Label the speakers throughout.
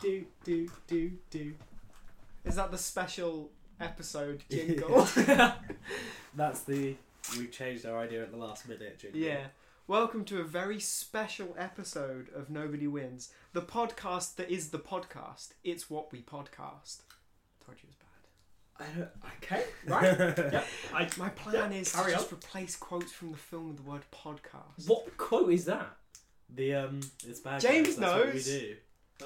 Speaker 1: do do do. Is that the special episode jingle?
Speaker 2: That's the we changed our idea at the last minute. Jingle.
Speaker 1: yeah. Welcome to a very special episode of Nobody Wins, the podcast that is the podcast. It's what we podcast. Told you it was bad.
Speaker 3: I don't, okay, right. Yep. I,
Speaker 1: My plan is to
Speaker 3: carry
Speaker 1: just replace quotes from the film with the word podcast.
Speaker 3: what quote is that?
Speaker 2: The um, it's bad.
Speaker 1: James
Speaker 2: guys. That's what we
Speaker 1: knows.
Speaker 2: do.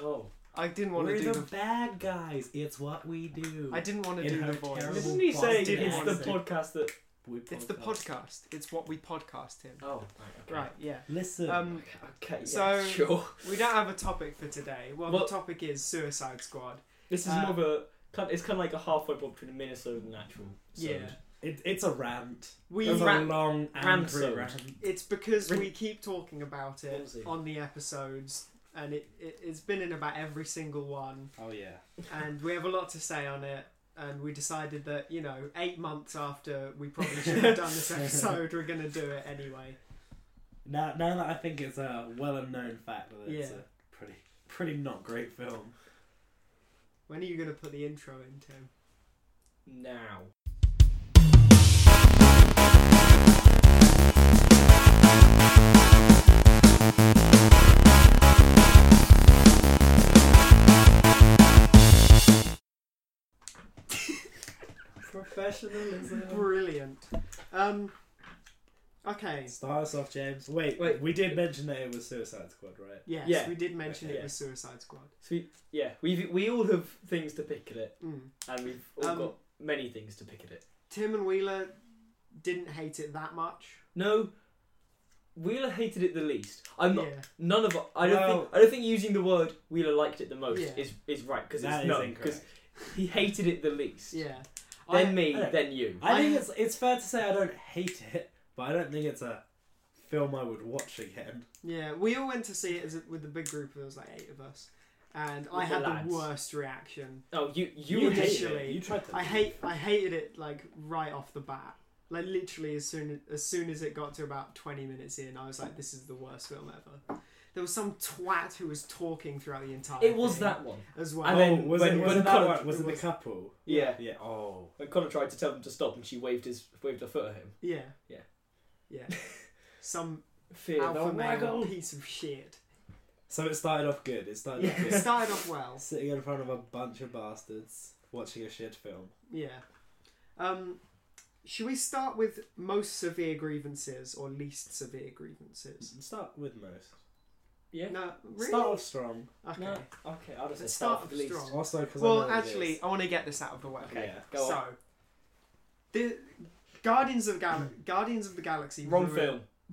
Speaker 3: Oh,
Speaker 1: I didn't want
Speaker 2: We're
Speaker 1: to do
Speaker 2: the,
Speaker 1: the.
Speaker 2: bad guys. It's what we do.
Speaker 1: I didn't want to
Speaker 2: in
Speaker 1: do
Speaker 2: her
Speaker 1: the voice.
Speaker 2: terrible
Speaker 3: didn't he say
Speaker 2: Boston
Speaker 3: it's the
Speaker 2: accent.
Speaker 3: podcast that?
Speaker 2: We
Speaker 1: It's the
Speaker 2: podcast.
Speaker 1: podcast. It's what we podcast him.
Speaker 3: Oh, right. Okay.
Speaker 1: Right. Yeah.
Speaker 2: Listen.
Speaker 1: Um,
Speaker 3: Okay. Yeah,
Speaker 1: So-
Speaker 3: sure.
Speaker 1: we don't have a topic for today. Well,
Speaker 3: Well-
Speaker 1: the topic is Suicide Squad.
Speaker 3: This is
Speaker 1: Uh,
Speaker 3: more of a. kind- It's kind of like a halfway point between a Minnesota and an actual.
Speaker 1: Yeah.
Speaker 3: sound.
Speaker 2: it, it's a rant.
Speaker 1: We
Speaker 2: There's
Speaker 1: ra-
Speaker 2: a long angry
Speaker 3: ransomed.
Speaker 2: rant.
Speaker 1: It's because
Speaker 3: Re-
Speaker 1: we keep talking about it
Speaker 3: Lindsay.
Speaker 1: on the episodes, and it, it, it's been in about every single one,
Speaker 2: Oh yeah.
Speaker 1: and we have a lot to say on it. And we decided that, you know, eight months after we probably should have done this episode, we're going to do it anyway.
Speaker 2: Now, now that I think it's a well-known fact that it's
Speaker 1: Yeah.
Speaker 2: a pretty, pretty not great film.
Speaker 1: When are you going to put the intro in, Tim?
Speaker 3: Now.
Speaker 2: Professionalism.
Speaker 1: Brilliant. Um, okay.
Speaker 2: Start us off, James. Wait,
Speaker 3: Wait.
Speaker 2: We did mention that it was Suicide Squad, right?
Speaker 1: Yes,
Speaker 3: Yeah.
Speaker 1: we did mention
Speaker 3: Okay.
Speaker 1: it was Suicide Squad.
Speaker 3: So we, yeah, we we all have things to pick at it,
Speaker 1: Mm.
Speaker 3: and we've all
Speaker 1: Um,
Speaker 3: got many things to pick at it.
Speaker 1: Tim and Wheeler didn't hate it that much.
Speaker 3: No, Wheeler hated it the least. I'm not.
Speaker 1: yeah.
Speaker 3: None of I don't
Speaker 2: Well-
Speaker 3: think I don't think using the word Wheeler liked it the most
Speaker 1: Yeah.
Speaker 3: is is right because
Speaker 2: That
Speaker 3: it's
Speaker 2: is
Speaker 3: no because
Speaker 2: incorrect.
Speaker 3: he hated it the least.
Speaker 1: Yeah.
Speaker 3: Then
Speaker 1: I-
Speaker 3: me,
Speaker 2: I-
Speaker 3: then you.
Speaker 2: I think
Speaker 1: I-
Speaker 2: it's it's fair to say I don't hate it, but I don't think it's a film I would watch again.
Speaker 1: Yeah, we all went to see it as a, with the big group. There was like eight of us, and I
Speaker 3: With the
Speaker 1: had the,
Speaker 3: lads.
Speaker 1: worst reaction.
Speaker 3: Oh, you you,
Speaker 1: You
Speaker 3: would
Speaker 1: hated
Speaker 3: hate it.
Speaker 1: it.
Speaker 2: You tried to.
Speaker 1: I hate, I hated it like right off the bat. Like literally, as soon as soon as it got to about twenty minutes in, I was like, "This is the worst film ever." There was some twat who was talking throughout the entire.
Speaker 3: It was
Speaker 1: thing
Speaker 3: that one.
Speaker 1: as
Speaker 2: Oh,
Speaker 1: well.
Speaker 3: And then
Speaker 2: was
Speaker 3: when-
Speaker 2: it was
Speaker 3: when
Speaker 2: it that
Speaker 3: Colin-
Speaker 2: one? Was
Speaker 1: it
Speaker 2: it the
Speaker 1: was-
Speaker 2: couple?
Speaker 3: Yeah.
Speaker 2: Yeah. Oh.
Speaker 3: When Connor tried to tell them to stop, and she waved his waved her foot at him.
Speaker 1: yeah,
Speaker 3: Yeah.
Speaker 1: yeah. Some
Speaker 3: Fear
Speaker 1: alpha
Speaker 3: thou
Speaker 1: male
Speaker 3: waggle.
Speaker 1: piece of shit.
Speaker 2: So it started off good. It started off
Speaker 3: Yeah.
Speaker 1: It
Speaker 2: good.
Speaker 1: started off well.
Speaker 2: Sitting in front of a bunch of bastards watching a shit film.
Speaker 1: Yeah. Um, should we start with most severe grievances or least severe grievances?
Speaker 2: Start with most.
Speaker 3: Yeah.
Speaker 1: No, really?
Speaker 2: Start off strong.
Speaker 1: okay.
Speaker 3: No. Okay. I'll just
Speaker 1: Let's
Speaker 3: start
Speaker 1: start
Speaker 3: with the least.
Speaker 1: strong.
Speaker 2: Also, because
Speaker 1: Well, actually, I want to get this out of the way.
Speaker 3: Okay.
Speaker 2: Yeah.
Speaker 3: Go
Speaker 1: so,
Speaker 3: on.
Speaker 1: the Guardians of the Gal- Guardians of the Galaxy.
Speaker 3: Wrong
Speaker 1: ruined-
Speaker 3: film.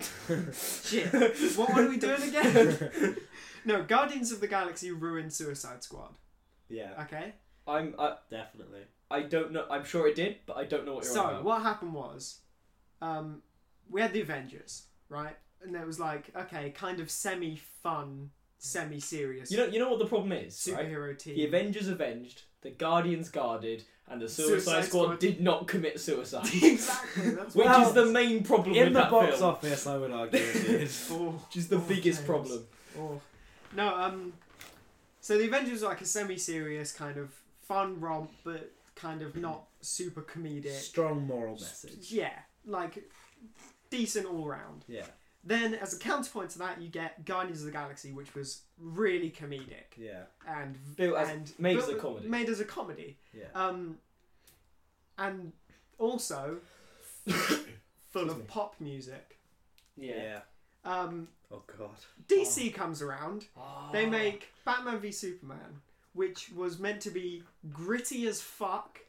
Speaker 1: Shit. what were we doing again? no, Guardians of the Galaxy ruined Suicide Squad.
Speaker 2: yeah,
Speaker 1: Okay.
Speaker 3: I'm. I,
Speaker 2: definitely.
Speaker 3: I don't know. I'm sure it did, but I don't know what you're on
Speaker 1: So
Speaker 3: about.
Speaker 1: what happened was, um, we had the Avengers, right? And it was like, okay, kind of semi fun, semi serious
Speaker 3: Hmm. You know. You know what the problem is, right?
Speaker 1: superhero team.
Speaker 3: The Avengers avenged, the Guardians guarded, and the Suicide,
Speaker 1: Suicide
Speaker 3: Squad,
Speaker 1: Squad.
Speaker 3: did not commit suicide,
Speaker 1: exactly. That's
Speaker 3: which
Speaker 1: what
Speaker 2: Well,
Speaker 3: is the main problem
Speaker 2: In
Speaker 3: with
Speaker 2: the
Speaker 3: that
Speaker 2: box
Speaker 3: film,
Speaker 2: office, I would argue it is.
Speaker 1: Oh,
Speaker 3: which is the
Speaker 1: Oh, James.
Speaker 3: biggest problem.
Speaker 1: oh. No, um, so the Avengers are like a semi serious kind of fun romp, but kind of not super comedic.
Speaker 2: Strong moral message.
Speaker 1: Yeah, like decent all round.
Speaker 2: Yeah,
Speaker 1: Then, as a counterpoint to that, you get Guardians of the Galaxy, which was really comedic.
Speaker 2: yeah,
Speaker 1: and
Speaker 3: Built as-
Speaker 1: and
Speaker 3: made as
Speaker 1: built-
Speaker 3: a comedy.
Speaker 1: Made as a comedy.
Speaker 2: yeah.
Speaker 1: Um, and also full
Speaker 3: Excuse
Speaker 1: of
Speaker 3: me.
Speaker 1: pop music.
Speaker 3: Yeah.
Speaker 1: Um,
Speaker 2: Oh god.
Speaker 3: Oh.
Speaker 1: DC comes around. They
Speaker 3: Ah.
Speaker 1: make Batman v Superman, which was meant to be gritty as fuck.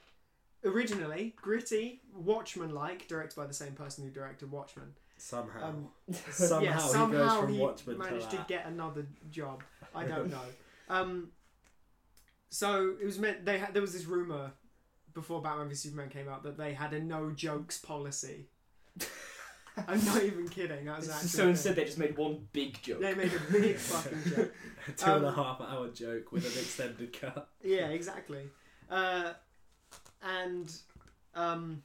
Speaker 1: Originally, gritty, Watchmen like, directed by the same person who directed Watchmen.
Speaker 2: Somehow,
Speaker 1: Um,
Speaker 2: somehow,
Speaker 1: yeah,
Speaker 2: he goes
Speaker 1: somehow
Speaker 2: from
Speaker 1: he,
Speaker 2: Watchmen to
Speaker 1: managed
Speaker 2: that.
Speaker 1: to, get another job. I don't know. Um, so it was meant they had, there was this rumor before Batman v Superman came out that they had a no jokes policy. I'm not even kidding. That was actually
Speaker 3: So instead, they just made one big joke.
Speaker 1: they made a big fucking joke.
Speaker 2: a two and a
Speaker 1: um,
Speaker 2: half hour joke with an extended cut.
Speaker 1: Yeah, exactly. Uh, and um,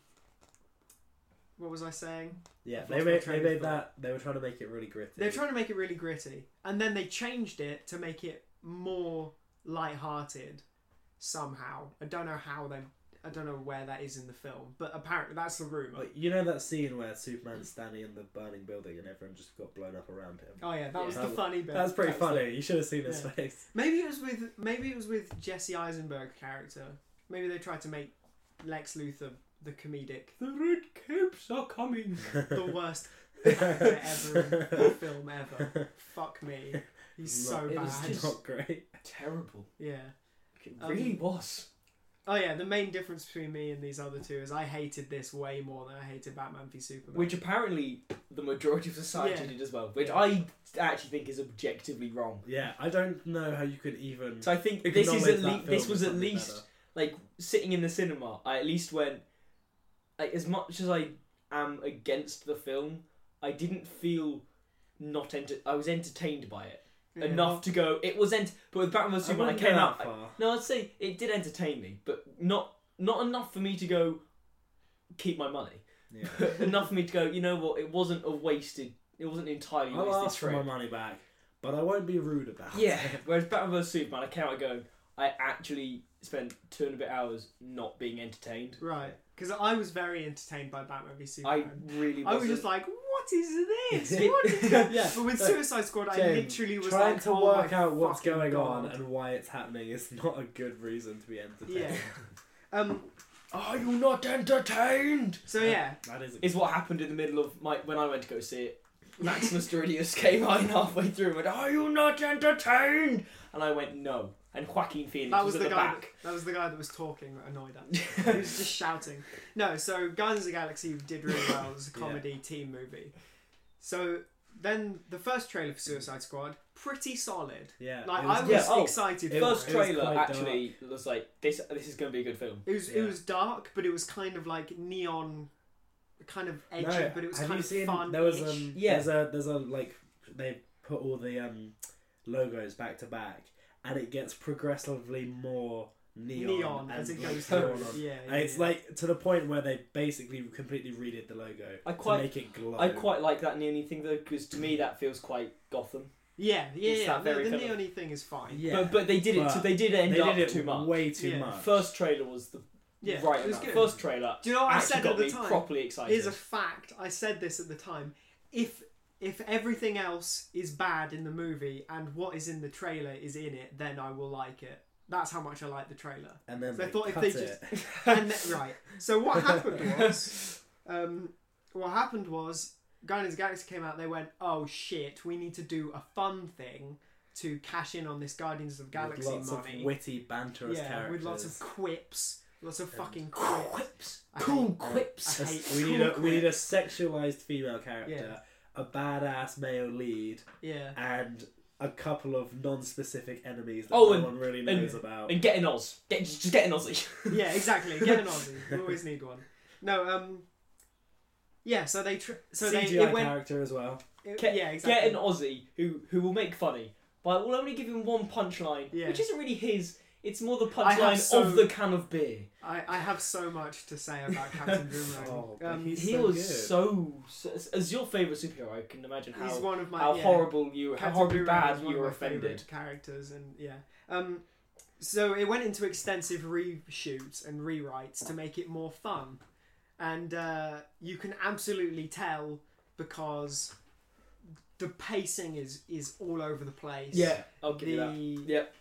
Speaker 1: what was I saying?
Speaker 2: Yeah,
Speaker 1: I've
Speaker 2: they
Speaker 1: lost my
Speaker 2: made,
Speaker 1: train
Speaker 2: they
Speaker 1: of
Speaker 2: made
Speaker 1: thought.
Speaker 2: that. They were trying to make it really gritty.
Speaker 1: They're trying to make it really gritty, and then they changed it to make it more light-hearted somehow. I don't know how they. I don't know where that is in the film, but apparently that's the rumor.
Speaker 2: Like, you know that scene where Superman's standing in the burning building and everyone just got blown up around him?
Speaker 1: Oh yeah, that was
Speaker 3: Yeah.
Speaker 1: the funny bit.
Speaker 2: That's pretty
Speaker 3: That's
Speaker 2: funny. You should have seen his
Speaker 1: Yeah.
Speaker 2: face.
Speaker 1: Maybe it was with maybe it was with Jesse Eisenberg character. Maybe they tried to make Lex Luthor the comedic,
Speaker 3: The red capes are coming.
Speaker 1: the worst actor ever in a film ever. Fuck me, he's so
Speaker 2: Not-
Speaker 3: it
Speaker 1: bad.
Speaker 3: was just-
Speaker 2: Not great.
Speaker 3: Terrible.
Speaker 1: Yeah.
Speaker 3: It
Speaker 1: Um,
Speaker 3: really was.
Speaker 1: Oh yeah, the main difference between me and these other two is I hated this way more than I hated Batman v Superman.
Speaker 3: Which apparently the majority of society
Speaker 1: Yeah.
Speaker 3: did as well, which
Speaker 1: Yeah.
Speaker 3: I actually think is objectively wrong.
Speaker 2: Yeah, I don't know how you could even.
Speaker 3: So I think this is at
Speaker 2: acknowledge that
Speaker 3: le- this
Speaker 2: film as
Speaker 3: was at
Speaker 2: something
Speaker 3: least
Speaker 2: better.
Speaker 3: like sitting in the cinema. I at least went like as much as I am against the film, I didn't feel not enter- I was entertained by it
Speaker 1: Yeah.
Speaker 3: enough to go. It was ent- but with Batman vs Superman, I
Speaker 2: wouldn't
Speaker 3: came
Speaker 2: go
Speaker 3: out.
Speaker 2: that far.
Speaker 3: No, I'd say it did entertain me, but not not enough for me to go keep my money.
Speaker 2: Yeah.
Speaker 3: enough for me to go. You know what? It wasn't a wasted. It wasn't an entirely
Speaker 2: I'll
Speaker 3: wasted
Speaker 2: ask for
Speaker 3: trip.
Speaker 2: my money back, but I won't be rude about
Speaker 3: Yeah.
Speaker 2: it.
Speaker 3: Whereas Batman vs Superman, I came out going, I actually spent two and a bit hours not being entertained.
Speaker 1: right? Because I was very entertained by Batman v
Speaker 3: I
Speaker 1: Superman.
Speaker 3: really
Speaker 1: I,
Speaker 3: wasn't.
Speaker 1: was just like, what is this?
Speaker 2: Yeah.
Speaker 1: What is this?
Speaker 2: Yeah,
Speaker 1: But with
Speaker 2: like,
Speaker 1: Suicide Squad, I
Speaker 2: James,
Speaker 1: literally was
Speaker 2: Trying
Speaker 1: like,
Speaker 2: to
Speaker 1: oh
Speaker 2: work
Speaker 1: my
Speaker 2: out what's
Speaker 1: fucking
Speaker 2: going on
Speaker 1: God.
Speaker 2: and why it's happening is not a good reason to be entertained.
Speaker 1: Yeah. Um.
Speaker 3: Are you not entertained?
Speaker 1: So yeah,
Speaker 2: That is. A
Speaker 3: Is what happened in the middle of my when I went to go see it. Maximus Duridius came on halfway through and went, "Are you not entertained?" And I went, "No." And Joaquin Phoenix
Speaker 1: that
Speaker 3: was,
Speaker 1: was
Speaker 3: at
Speaker 1: the
Speaker 3: the
Speaker 1: guy.
Speaker 3: back.
Speaker 1: That was the guy that was talking that annoyed us. he was just shouting. No, so Guardians of the Galaxy did really well. It was a
Speaker 2: Yeah.
Speaker 1: comedy team movie. So then the first trailer for Suicide Squad, pretty solid.
Speaker 2: yeah.
Speaker 1: Like
Speaker 2: it was-
Speaker 1: I was
Speaker 3: yeah, oh,
Speaker 1: excited.
Speaker 2: it
Speaker 1: for
Speaker 3: First
Speaker 1: it.
Speaker 2: was
Speaker 3: trailer
Speaker 2: quite
Speaker 3: actually was like, "This this is going to be a good film."
Speaker 1: It was
Speaker 2: Yeah.
Speaker 1: it was dark, but it was kind of like neon, kind of edgy,
Speaker 2: No,
Speaker 1: but it was
Speaker 2: have
Speaker 1: kind
Speaker 2: you
Speaker 1: of
Speaker 2: seen?
Speaker 1: fun.
Speaker 2: There was um.
Speaker 3: Yeah.
Speaker 2: There's a there's a like they put all the um logos back to back, and it gets progressively more neon,
Speaker 1: neon
Speaker 2: and,
Speaker 1: as it
Speaker 2: like,
Speaker 1: goes
Speaker 2: drawn
Speaker 1: through.
Speaker 2: on.
Speaker 1: Yeah, yeah,
Speaker 2: And it's
Speaker 1: yeah.
Speaker 2: like to the point where they basically completely redid the logo
Speaker 3: I quite-
Speaker 2: to make it glow.
Speaker 3: I quite like that neony thing though, because to me that feels quite Gotham.
Speaker 1: yeah, yeah,
Speaker 3: It's
Speaker 1: yeah.
Speaker 3: that
Speaker 1: No,
Speaker 3: very
Speaker 1: the
Speaker 3: kind of-
Speaker 1: neon thing is fine.
Speaker 2: yeah.
Speaker 3: But, but they did it.
Speaker 2: But
Speaker 3: So they did end
Speaker 2: they
Speaker 3: up
Speaker 2: did it
Speaker 3: too much.
Speaker 2: way too
Speaker 1: Yeah.
Speaker 2: much.
Speaker 3: First trailer was the
Speaker 1: Yeah,
Speaker 3: right.
Speaker 1: it was
Speaker 3: amount.
Speaker 1: good.
Speaker 3: First trailer.
Speaker 1: Do you know what I
Speaker 3: actually
Speaker 1: said
Speaker 3: got
Speaker 1: at the
Speaker 3: me
Speaker 1: time?
Speaker 3: properly excited.
Speaker 1: Here's a fact. I said this at the time. If if everything else is bad in the movie and what is in the trailer is in it, then I will like it. That's how much I like the trailer.
Speaker 2: and then
Speaker 1: So I
Speaker 2: they
Speaker 1: thought if
Speaker 2: cut
Speaker 1: they
Speaker 2: it.
Speaker 1: And th- right. So what happened was, um, what happened was, Guardians of the Galaxy came out. They went, "Oh shit, we need to do a fun thing to cash in on this Guardians of the
Speaker 2: with
Speaker 1: Galaxy
Speaker 2: lots
Speaker 1: money."
Speaker 2: of witty banter as
Speaker 1: yeah,
Speaker 2: characters.
Speaker 1: with lots of quips, lots of fucking quips.
Speaker 3: quips,
Speaker 1: I
Speaker 3: cool
Speaker 1: hate-
Speaker 3: quips.
Speaker 1: I
Speaker 2: As-
Speaker 1: hate
Speaker 2: we
Speaker 1: cool
Speaker 2: need a we need a
Speaker 1: quips.
Speaker 2: sexualized female character, a badass male lead,
Speaker 1: Yeah.
Speaker 2: and a couple of non-specific enemies that
Speaker 3: Oh,
Speaker 2: no
Speaker 3: and-
Speaker 2: one really
Speaker 3: and-
Speaker 2: knows about.
Speaker 3: And get an Oz. Get just just get an Aussie.
Speaker 1: yeah, exactly. Get an Aussie. We always need one. No, um, yeah. So they, tr- so
Speaker 2: CGI
Speaker 1: they, it went.
Speaker 2: character as well.
Speaker 1: it-
Speaker 3: Get,
Speaker 1: yeah, exactly.
Speaker 3: get an Aussie who who will make funny, but will only give him one punchline,
Speaker 1: Yeah.
Speaker 3: which isn't really his. It's more the
Speaker 1: I have
Speaker 3: punchline
Speaker 1: so-
Speaker 3: of the can of beer.
Speaker 1: I, I have so much to say about Captain Boomerang.
Speaker 2: Oh, but
Speaker 1: um,
Speaker 2: he's
Speaker 3: he
Speaker 2: so
Speaker 3: was
Speaker 2: good.
Speaker 3: so, so as your favorite superhero. I can imagine how
Speaker 1: He's one of my
Speaker 3: how
Speaker 1: yeah,
Speaker 3: horrible you, how
Speaker 1: Captain
Speaker 3: horribly
Speaker 1: Boomerang
Speaker 3: bad
Speaker 1: is one
Speaker 3: you
Speaker 1: of
Speaker 3: were
Speaker 1: my favourite
Speaker 3: offended.
Speaker 1: characters, and yeah. Um, so it went into extensive reshoots and rewrites to make it more fun, and uh, you can absolutely tell because the pacing is is all over the place.
Speaker 3: I'll give you
Speaker 1: the
Speaker 3: that. Yep.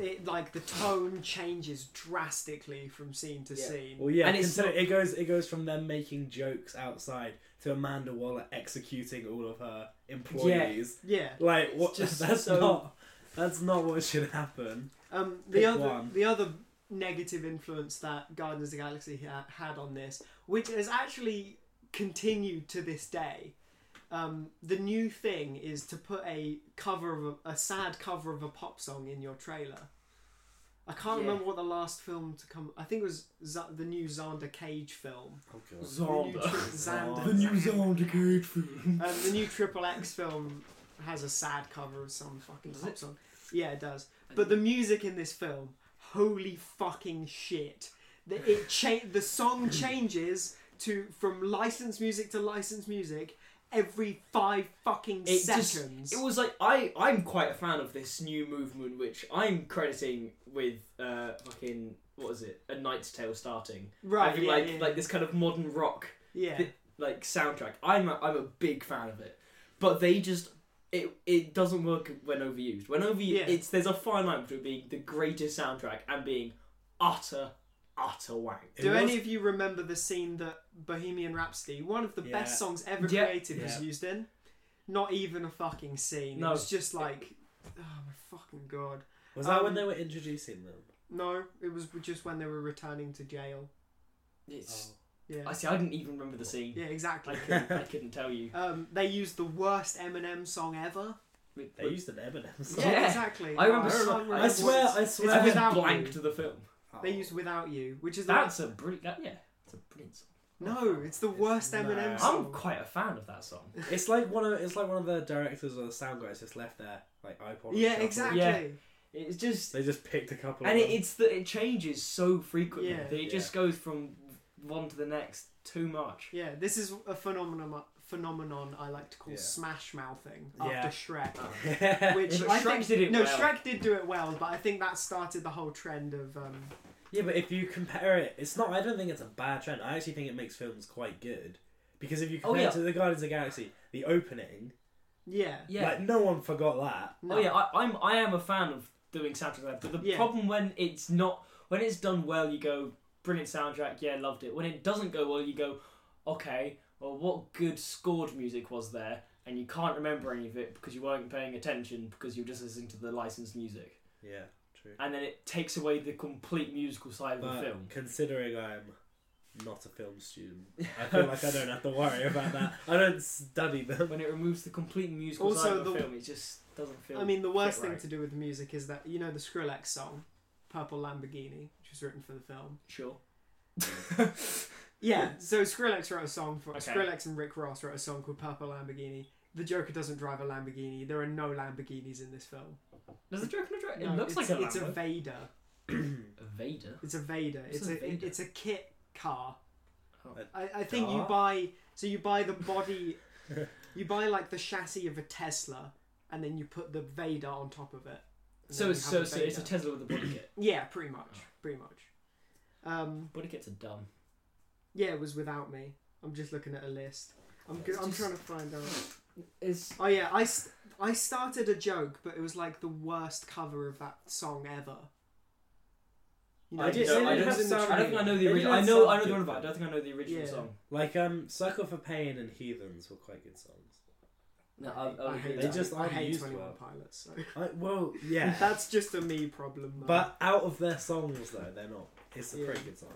Speaker 1: it, like the tone changes drastically from scene to
Speaker 3: Yeah.
Speaker 1: scene.
Speaker 2: Well, yeah,
Speaker 3: And
Speaker 2: and
Speaker 3: it's not-
Speaker 2: it goes it goes from them making jokes outside to Amanda Waller executing all of her employees.
Speaker 1: Yeah.
Speaker 2: Like what?
Speaker 3: just
Speaker 2: that's
Speaker 3: so-
Speaker 2: not that's not what should happen.
Speaker 1: Um, the
Speaker 2: Pick
Speaker 1: other
Speaker 2: one.
Speaker 1: the other negative influence that Guardians of the Galaxy ha- had on this, which has actually continued to this day. Um, the new thing is to put a cover of a, a sad cover of a pop song in your trailer. I can't
Speaker 3: Yeah.
Speaker 1: remember what the last film to come. I think it was Z- the new Xander Cage film.
Speaker 2: Oh
Speaker 1: The new, tri- Xander,
Speaker 2: The new
Speaker 3: Cage film.
Speaker 1: Um, the new Triple X film has a sad cover of some fucking
Speaker 3: Does
Speaker 1: pop song. Yeah, it does. But the music in this film, holy fucking shit! The, it cha- the song changes to from licensed music to licensed music every five fucking
Speaker 3: It just-
Speaker 1: seconds.
Speaker 3: It was like I I'm quite a fan of this new movement, which I'm crediting with uh fucking what was it? A Knight's Tale starting.
Speaker 1: right,
Speaker 3: Having
Speaker 1: yeah,
Speaker 3: like
Speaker 1: yeah,
Speaker 3: like this kind of modern rock
Speaker 1: yeah.
Speaker 3: thi- like soundtrack. I'm a, I'm a big fan of it, but they just it it doesn't work when overused. When overused,
Speaker 1: Yeah.
Speaker 3: it's there's a fine line between being the greatest soundtrack and being utter utter wank.
Speaker 2: It
Speaker 1: Do
Speaker 2: was-
Speaker 1: any of you remember the scene that Bohemian Rhapsody, one of the
Speaker 2: Yeah.
Speaker 1: best songs ever
Speaker 3: Yeah.
Speaker 1: created, was
Speaker 2: Yeah.
Speaker 1: used in? Not even a fucking scene.
Speaker 3: No.
Speaker 1: It was just like, oh my fucking god.
Speaker 2: Was that when
Speaker 1: Um,
Speaker 2: they were introducing them?
Speaker 1: No, it was just when they were returning to jail.
Speaker 2: Oh.
Speaker 3: It's
Speaker 1: Oh, Yeah,
Speaker 3: I see. I didn't even remember the scene.
Speaker 1: yeah,
Speaker 3: I
Speaker 1: exactly.
Speaker 3: couldn't, I couldn't tell you.
Speaker 1: Um, they used the worst Eminem song ever.
Speaker 3: With-
Speaker 2: They
Speaker 3: with-
Speaker 2: used an Eminem song.
Speaker 3: Yeah.
Speaker 1: exactly.
Speaker 3: I remember so-
Speaker 1: can't
Speaker 3: I
Speaker 1: remember
Speaker 2: swear-
Speaker 1: what
Speaker 2: I
Speaker 1: it's-
Speaker 2: swear-
Speaker 1: it's
Speaker 3: I was
Speaker 1: without
Speaker 3: blank
Speaker 1: you.
Speaker 3: to the film.
Speaker 1: They used "Without You," which is the
Speaker 3: That's a brilliant. That, yeah, it's a brilliant song.
Speaker 1: no, it's the worst
Speaker 2: It's-
Speaker 1: Eminem
Speaker 2: no.
Speaker 1: song.
Speaker 3: I'm quite a fan of that song.
Speaker 2: It's like one of it's like one of the directors or the sound guys just left their like iPod.
Speaker 1: yeah,
Speaker 2: shuffle.
Speaker 1: exactly.
Speaker 3: Yeah. It's just
Speaker 2: They just picked a couple.
Speaker 3: and
Speaker 2: of
Speaker 3: it, it's that it changes so frequently.
Speaker 1: Yeah.
Speaker 3: that it just goes from one to the next too much.
Speaker 1: Yeah, this is a phenomenon phenomenon I like to call
Speaker 2: Yeah.
Speaker 1: smash mouthing
Speaker 2: Yeah.
Speaker 1: after Shrek.
Speaker 3: Uh.
Speaker 2: them.
Speaker 1: Which
Speaker 3: Yeah, but
Speaker 1: I
Speaker 3: Shrek
Speaker 1: think,
Speaker 3: did it
Speaker 1: no,
Speaker 3: well.
Speaker 1: Shrek did do it well, but I think that started the whole trend of um,
Speaker 2: yeah, but if you compare it, it's not. I don't think it's a bad trend. I actually think it makes films quite good because if you
Speaker 3: Oh,
Speaker 2: compare
Speaker 3: yeah.
Speaker 2: it to the Guardians of the Galaxy, the opening,
Speaker 1: yeah,
Speaker 3: Yeah.
Speaker 2: like no one forgot that.
Speaker 1: no.
Speaker 3: Oh yeah, I, I'm I am a fan of doing soundtracks like that. But the
Speaker 1: Yeah.
Speaker 3: problem when it's not when it's done well, you go brilliant soundtrack. Yeah, loved it. When it doesn't go well, you go okay. Well, what good scored music was there? And you can't remember any of it because you weren't paying attention because you were just listening to the licensed music.
Speaker 2: Yeah, true.
Speaker 3: and then it takes away the complete musical side of the
Speaker 2: But
Speaker 3: film.
Speaker 2: considering I'm not a film student, I feel like I don't have to worry about that. I don't study them.
Speaker 3: When it removes the complete musical
Speaker 1: Also,
Speaker 3: side of the,
Speaker 1: the-
Speaker 3: film, it just doesn't feel.
Speaker 1: I mean, the worst
Speaker 3: Get
Speaker 1: thing
Speaker 3: right.
Speaker 1: to do with the music is that you know the Skrillex song, "Purple Lamborghini," which was written for the film.
Speaker 3: sure.
Speaker 1: Yeah, so Skrillex wrote a song for
Speaker 3: Okay.
Speaker 1: Skrillex and Rick Ross wrote a song called "Purple Lamborghini." The Joker doesn't drive a Lamborghini. There are no Lamborghinis in this film.
Speaker 3: Does the Joker not drive?
Speaker 1: No,
Speaker 3: it looks
Speaker 1: it's,
Speaker 3: like a
Speaker 1: it's a
Speaker 3: Lambo.
Speaker 1: Vader.
Speaker 3: A Vader.
Speaker 1: It's a Vader.
Speaker 3: It's
Speaker 1: It's,
Speaker 3: a
Speaker 1: a,
Speaker 3: Vader.
Speaker 1: it's a kit car.
Speaker 3: Oh.
Speaker 1: I, I think you
Speaker 2: car?
Speaker 1: buy so you buy the body, you buy like the chassis of a Tesla, and then you put the Vader on top of it. and
Speaker 3: So
Speaker 1: then
Speaker 3: it's
Speaker 1: you
Speaker 3: so,
Speaker 1: have
Speaker 3: so it's a
Speaker 1: Vader.
Speaker 3: Tesla with a body kit.
Speaker 1: yeah, pretty much, pretty much. Um,
Speaker 3: Body kits are dumb.
Speaker 1: yeah, it was without me. I'm just looking at a list. I'm
Speaker 3: It's
Speaker 1: go- I'm
Speaker 3: just-
Speaker 1: trying to find out.
Speaker 3: It's
Speaker 1: Oh yeah, I, st- I started a joke, but it was like the worst cover of that song ever. You
Speaker 2: I did-
Speaker 1: so
Speaker 2: no, I
Speaker 1: it
Speaker 2: don't
Speaker 1: was
Speaker 2: think
Speaker 1: in the
Speaker 2: so.
Speaker 3: I don't
Speaker 1: trailer.
Speaker 3: think I know
Speaker 2: They
Speaker 3: the original. I
Speaker 2: didn't
Speaker 3: know
Speaker 2: sound
Speaker 3: I know the
Speaker 2: good,
Speaker 3: one about. I
Speaker 2: though.
Speaker 3: don't think I know the original
Speaker 1: Yeah.
Speaker 3: song.
Speaker 2: Like um, Circle for Pain and Heathens were quite good songs.
Speaker 3: No, I, I,
Speaker 1: I
Speaker 3: agree
Speaker 1: hate,
Speaker 3: with
Speaker 2: They
Speaker 3: that.
Speaker 2: just
Speaker 1: I
Speaker 2: aren't
Speaker 1: hate
Speaker 2: used
Speaker 1: Twenty One
Speaker 2: well.
Speaker 1: Pilots. So.
Speaker 2: I, well, yeah,
Speaker 1: That's just a me problem. Though.
Speaker 2: but out of their songs though, they're not. It's a
Speaker 1: Yeah.
Speaker 2: pretty good song.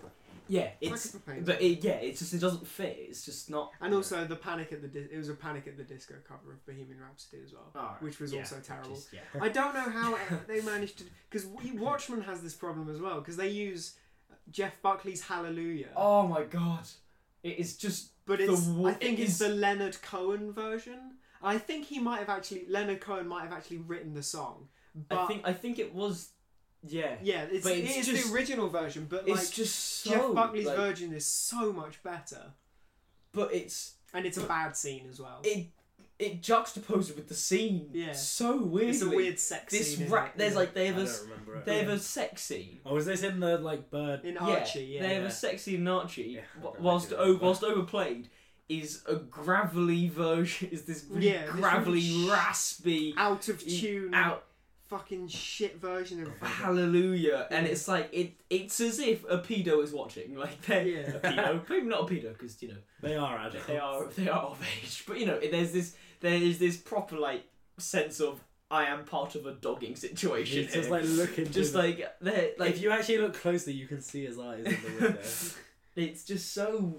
Speaker 3: yeah,
Speaker 1: It's
Speaker 3: it's
Speaker 1: like a proposal.
Speaker 3: but it, yeah, it's just it doesn't fit. It's just not.
Speaker 1: and also the panic at the Dis- it was a panic at the disco cover of Bohemian Rhapsody as well,
Speaker 3: Alright,
Speaker 1: which was
Speaker 3: yeah,
Speaker 1: also terrible.
Speaker 3: just- yeah.
Speaker 1: I don't know how it- they managed to because Watchmen has this problem as well because they use Jeff Buckley's Hallelujah,
Speaker 3: Oh my god, it is just
Speaker 1: but it's
Speaker 3: the wo-
Speaker 1: I think
Speaker 3: it
Speaker 1: it's
Speaker 3: is-
Speaker 1: the Leonard Cohen version. I think he might have actually Leonard Cohen might have actually written the song, but
Speaker 3: I think I think it was yeah.
Speaker 1: yeah, it's,
Speaker 3: but
Speaker 1: it
Speaker 3: it's
Speaker 1: is
Speaker 3: just-
Speaker 1: the original version, but
Speaker 3: It's
Speaker 1: like
Speaker 3: just so
Speaker 1: Jeff Buckley's
Speaker 3: like,
Speaker 1: version is so much better,
Speaker 3: but it's
Speaker 1: and it's a bad scene as well.
Speaker 3: it it juxtaposed with the scene
Speaker 1: Yeah.
Speaker 3: so weirdly.
Speaker 1: it's a weird sex
Speaker 3: this
Speaker 1: scene. in
Speaker 3: ra-
Speaker 1: it,
Speaker 3: there's
Speaker 1: yeah.
Speaker 3: like they
Speaker 2: I
Speaker 3: have a
Speaker 2: don't
Speaker 3: s-
Speaker 2: remember it.
Speaker 3: they have a sex scene.
Speaker 2: Oh, was this in the like bird?
Speaker 1: in Archie, yeah.
Speaker 3: they have
Speaker 2: yeah.
Speaker 3: a sex scene in Archie,
Speaker 2: Yeah, I
Speaker 3: wh-
Speaker 2: don't
Speaker 3: whilst
Speaker 2: remember
Speaker 3: o-
Speaker 2: that.
Speaker 3: whilst overplayed is a gravelly version. Is this really
Speaker 1: Yeah, this
Speaker 3: gravelly,
Speaker 1: really sh-
Speaker 3: raspy,
Speaker 1: out of
Speaker 3: e-
Speaker 1: tune,
Speaker 3: out
Speaker 1: fucking shit version of.
Speaker 3: Hallelujah. And
Speaker 1: Yeah.
Speaker 3: it's like it it's as if a pedo is watching. Like they're
Speaker 1: Yeah.
Speaker 3: a pedo. Maybe not a pedo, because you know,
Speaker 2: They are adults.
Speaker 3: they are they are of age. But you know, there's this there is this proper like sense of I am part of a dogging situation.
Speaker 2: He's just
Speaker 3: here.
Speaker 2: like looking.
Speaker 3: just like they're like
Speaker 2: if you actually look closely, you can see his eyes in the window.
Speaker 3: it's just so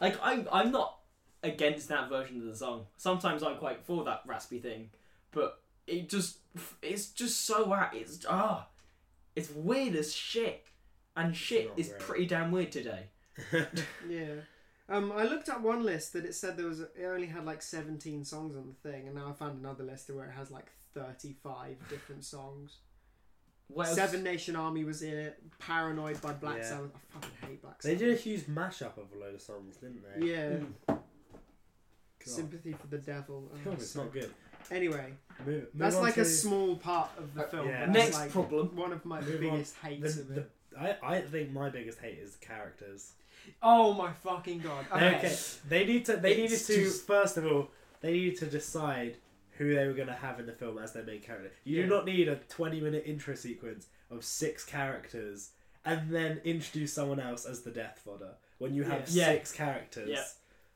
Speaker 3: like I'm I'm not against that version of the song. Sometimes I'm quite for that raspy thing, but it just it's just so out. It's ah, it's weird as shit, and shit
Speaker 2: not
Speaker 3: is
Speaker 2: great.
Speaker 3: pretty damn weird today.
Speaker 1: Yeah. Um, I looked at one list that it said there was it only had like 17 songs on the thing, and now I found another list where it has like 35 different songs.
Speaker 3: What else?
Speaker 1: Seven Nation Army was in it. Paranoid by Black
Speaker 2: Yeah.
Speaker 1: Sabbath. I fucking hate Black
Speaker 2: they
Speaker 1: Sabbath.
Speaker 2: did a huge mashup of a load of songs, didn't they?
Speaker 1: Yeah.
Speaker 3: Mm.
Speaker 1: Sympathy for the Devil. Oh,
Speaker 2: God, it's not good.
Speaker 1: Anyway,
Speaker 2: Move, move
Speaker 1: that's
Speaker 2: on
Speaker 1: like
Speaker 2: to
Speaker 1: a small part of the
Speaker 2: Uh,
Speaker 1: film.
Speaker 2: yeah.
Speaker 1: but
Speaker 3: Next
Speaker 1: that's like
Speaker 3: problem.
Speaker 1: One of my
Speaker 2: Move on.
Speaker 1: biggest hates
Speaker 2: the,
Speaker 1: of it.
Speaker 2: the, I, I think my biggest hate is the characters.
Speaker 1: Oh my fucking god. Okay.
Speaker 2: Okay. They need to. They needed
Speaker 3: It's
Speaker 2: to.
Speaker 3: just-
Speaker 2: First of all, they needed to decide who they were going to have in the film as their main character. You
Speaker 1: Yeah.
Speaker 2: do not need a twenty-minute intro sequence of six characters and then introduce someone else as the death fodder when you have
Speaker 3: Yeah. Yeah.
Speaker 2: six characters.
Speaker 3: Yeah.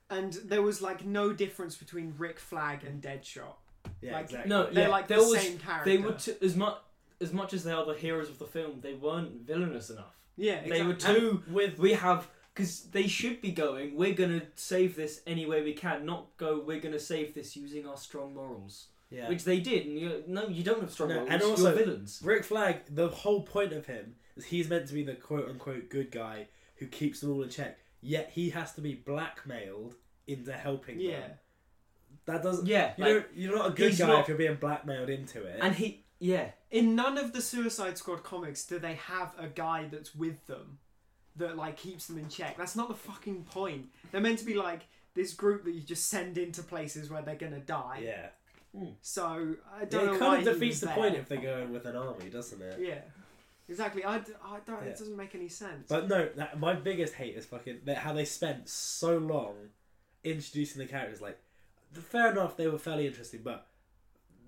Speaker 1: And there was like no difference between Rick Flag and Deadshot.
Speaker 2: Yeah,
Speaker 1: Like,
Speaker 2: exactly.
Speaker 3: No,
Speaker 1: They're
Speaker 3: yeah,
Speaker 1: like
Speaker 3: there
Speaker 1: the
Speaker 3: was,
Speaker 1: same character.
Speaker 3: They were t- as much as much as they are the heroes of the film. They weren't villainous enough.
Speaker 1: yeah, exactly.
Speaker 3: They were too. With we have because they should be going. We're gonna save this any way we can. Not go. We're gonna save this using our strong morals,
Speaker 2: Yeah.
Speaker 3: which they did. And you no, you don't have strong
Speaker 2: No,
Speaker 3: morals.
Speaker 2: and also-
Speaker 3: You're villains.
Speaker 2: Rick Flag, the whole point of him is he's meant to be the quote unquote good guy who keeps them all in check, yet he has to be blackmailed into helping
Speaker 1: Yeah.
Speaker 2: them. That doesn't.
Speaker 3: Yeah,
Speaker 2: You
Speaker 3: like,
Speaker 2: don't, you're not a good
Speaker 3: he's
Speaker 2: guy
Speaker 3: not-
Speaker 2: if you're being blackmailed into it.
Speaker 3: And he, yeah,
Speaker 1: In none of the Suicide Squad comics do they have a guy that's with them that like keeps them in check. That's not the fucking point. They're meant to be like this group that you just send into places where they're gonna die.
Speaker 2: yeah.
Speaker 1: So I
Speaker 2: Yeah,
Speaker 1: don't know
Speaker 2: it
Speaker 1: why
Speaker 2: kind
Speaker 1: he
Speaker 2: of defeats
Speaker 1: was
Speaker 2: the
Speaker 1: there.
Speaker 2: point if they go in with an army, doesn't it?
Speaker 1: Yeah, exactly. I, d- I don't.
Speaker 2: Yeah.
Speaker 1: It doesn't make any sense.
Speaker 2: But no, that, my biggest hate is fucking that how they spent so long introducing the characters. Like, fair enough, they were fairly interesting, but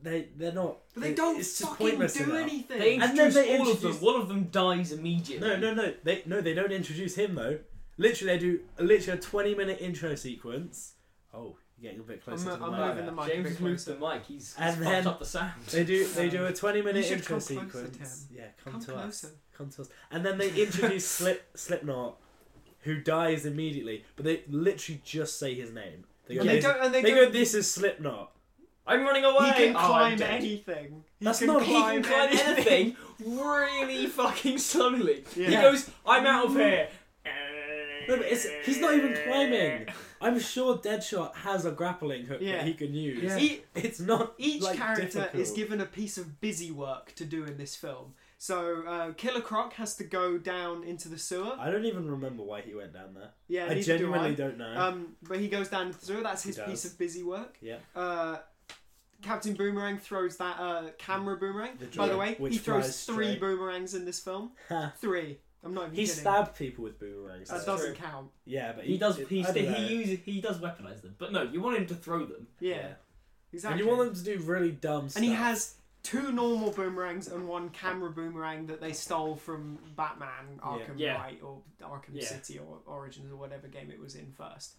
Speaker 2: they they're not.
Speaker 1: But they
Speaker 2: it-
Speaker 1: don't
Speaker 2: it's just
Speaker 1: fucking
Speaker 2: pointless
Speaker 1: do
Speaker 2: enough.
Speaker 1: anything.
Speaker 3: they
Speaker 2: And then
Speaker 3: introduce
Speaker 2: they
Speaker 3: all of
Speaker 2: introduce-
Speaker 3: them. One of them dies immediately.
Speaker 2: No, no, no. They no, they don't introduce him though. Literally, they do literally a twenty-minute intro sequence. Oh, you're getting a bit closer
Speaker 1: I'm,
Speaker 2: to the
Speaker 1: I'm
Speaker 2: mic.
Speaker 1: moving
Speaker 2: there.
Speaker 1: the mic. a
Speaker 3: James
Speaker 1: bit
Speaker 3: has moved
Speaker 1: closer.
Speaker 3: the mic. He's, he's
Speaker 2: And
Speaker 3: fucked
Speaker 2: then-
Speaker 3: up the sound.
Speaker 2: They do they do a twenty minute
Speaker 1: You should
Speaker 2: intro
Speaker 1: come closer,
Speaker 2: sequence. Yeah, come,
Speaker 1: Come
Speaker 2: to us.
Speaker 1: closer.
Speaker 2: Come to us. And then they introduce Slip Slipknot, who dies immediately, but they literally just say his name. They go,
Speaker 1: And they
Speaker 2: "This-
Speaker 1: don't. And they,
Speaker 2: they go
Speaker 1: don't.
Speaker 2: this is Slipknot.
Speaker 3: I'm running away.
Speaker 1: he can
Speaker 3: Oh, I'm
Speaker 1: climb
Speaker 3: dead.
Speaker 1: anything. He
Speaker 2: That's
Speaker 1: can
Speaker 2: not-
Speaker 3: He can climb anything really fucking slowly. He
Speaker 1: Yeah.
Speaker 3: goes, I'm out of here.
Speaker 2: No, but it's, he's not even climbing. I'm sure Deadshot has a grappling hook
Speaker 1: Yeah.
Speaker 2: that he can use.
Speaker 3: Yeah.
Speaker 1: E-
Speaker 2: It's not
Speaker 1: each
Speaker 2: like,
Speaker 1: character is
Speaker 2: difficult.
Speaker 1: given a piece of busy work to do in this film. So uh, Killer Croc has to go down into the sewer.
Speaker 2: I don't even remember why he went down there.
Speaker 1: Yeah,
Speaker 2: I
Speaker 1: neither do
Speaker 2: genuinely
Speaker 1: I.
Speaker 2: don't know.
Speaker 1: Um, but he goes down into the sewer. That's
Speaker 2: He
Speaker 1: his piece
Speaker 2: does.
Speaker 1: of busy work.
Speaker 2: Yeah.
Speaker 1: Uh, Captain Boomerang throws that uh, camera boomerang.
Speaker 2: The
Speaker 1: By the
Speaker 2: drone,
Speaker 1: way,
Speaker 2: which
Speaker 1: he throws
Speaker 2: flies
Speaker 1: three
Speaker 2: straight.
Speaker 1: boomerangs in this film.
Speaker 2: Ha.
Speaker 1: Three. I'm not even
Speaker 2: he
Speaker 1: kidding.
Speaker 2: stabbed people with boomerangs.
Speaker 1: that
Speaker 2: though.
Speaker 1: doesn't count.
Speaker 2: Yeah, but
Speaker 3: He does.
Speaker 2: it-
Speaker 3: He,
Speaker 2: I don't know.
Speaker 3: he uses. He does weaponize them. But no, you want him to throw them.
Speaker 1: Yeah,
Speaker 2: Yeah.
Speaker 1: exactly.
Speaker 2: And you want them to do really dumb stuff.
Speaker 1: And he has two normal boomerangs and one camera boomerang that they stole from Batman Arkham
Speaker 3: Yeah.
Speaker 1: Knight or Arkham
Speaker 3: Yeah.
Speaker 1: City or Origins or whatever game it was in first.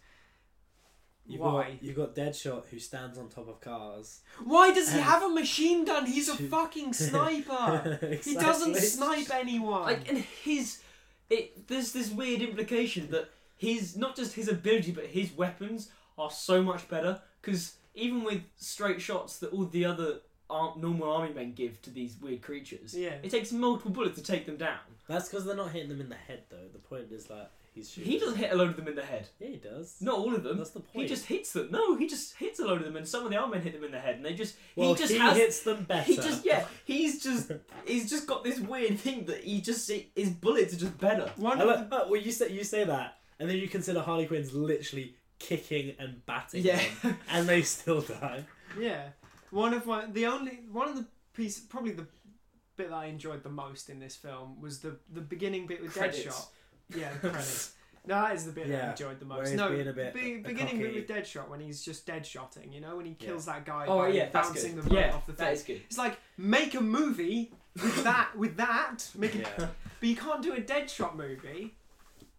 Speaker 2: you
Speaker 1: Why?
Speaker 2: Got, you got Deadshot who stands on top of cars.
Speaker 1: Why does he
Speaker 2: Um,
Speaker 1: have a machine gun? He's a
Speaker 2: shoot.
Speaker 1: fucking sniper. He
Speaker 2: Exactly.
Speaker 1: doesn't snipe anyone.
Speaker 2: Mm.
Speaker 3: Like and his, it. There's this weird implication that his not just his ability but his weapons are so much better because even with straight shots that all the other arm, normal army men give to these weird creatures,
Speaker 1: yeah.
Speaker 3: it takes multiple bullets to take them down.
Speaker 2: That's because they're not hitting them in the head, though. The point is that he's shooting.
Speaker 3: He doesn't hit a load of them in the head.
Speaker 2: Yeah, he does.
Speaker 3: Not all of them.
Speaker 2: That's the
Speaker 3: He
Speaker 2: point.
Speaker 3: just hits them. No, he just hits a load of them, and some of the arm men hit them in the head, and they just
Speaker 2: Well,
Speaker 3: he just
Speaker 2: he
Speaker 3: has
Speaker 2: hits them better.
Speaker 3: he just yeah he's just he's just got this weird thing that he just his bullets are just better.
Speaker 1: One
Speaker 2: I
Speaker 1: of
Speaker 2: like, oh, well, you say you say that, and then you consider Harley Quinn's literally kicking and batting
Speaker 3: Yeah.
Speaker 2: them, and they still die.
Speaker 1: Yeah, one of my the only one of the piece probably the bit that I enjoyed the most in this film was the the beginning bit with
Speaker 3: Credits.
Speaker 1: Deadshot. Yeah, the credits. No, that is the bit that I
Speaker 2: Yeah,
Speaker 1: enjoyed the
Speaker 2: where
Speaker 1: most.
Speaker 2: he's
Speaker 1: No,
Speaker 2: being a bit
Speaker 1: be-
Speaker 2: a
Speaker 1: beginning bit
Speaker 2: cocky-
Speaker 1: with Deadshot when he's just deadshotting. You know, when he kills that guy
Speaker 3: Oh
Speaker 1: by
Speaker 3: yeah, that's
Speaker 1: bouncing
Speaker 3: good.
Speaker 1: the boat
Speaker 3: yeah,
Speaker 1: off the
Speaker 3: that
Speaker 1: thing.
Speaker 3: is good.
Speaker 1: It's like make a movie with that with that. Make a,
Speaker 2: Yeah.
Speaker 1: but you can't do a Deadshot movie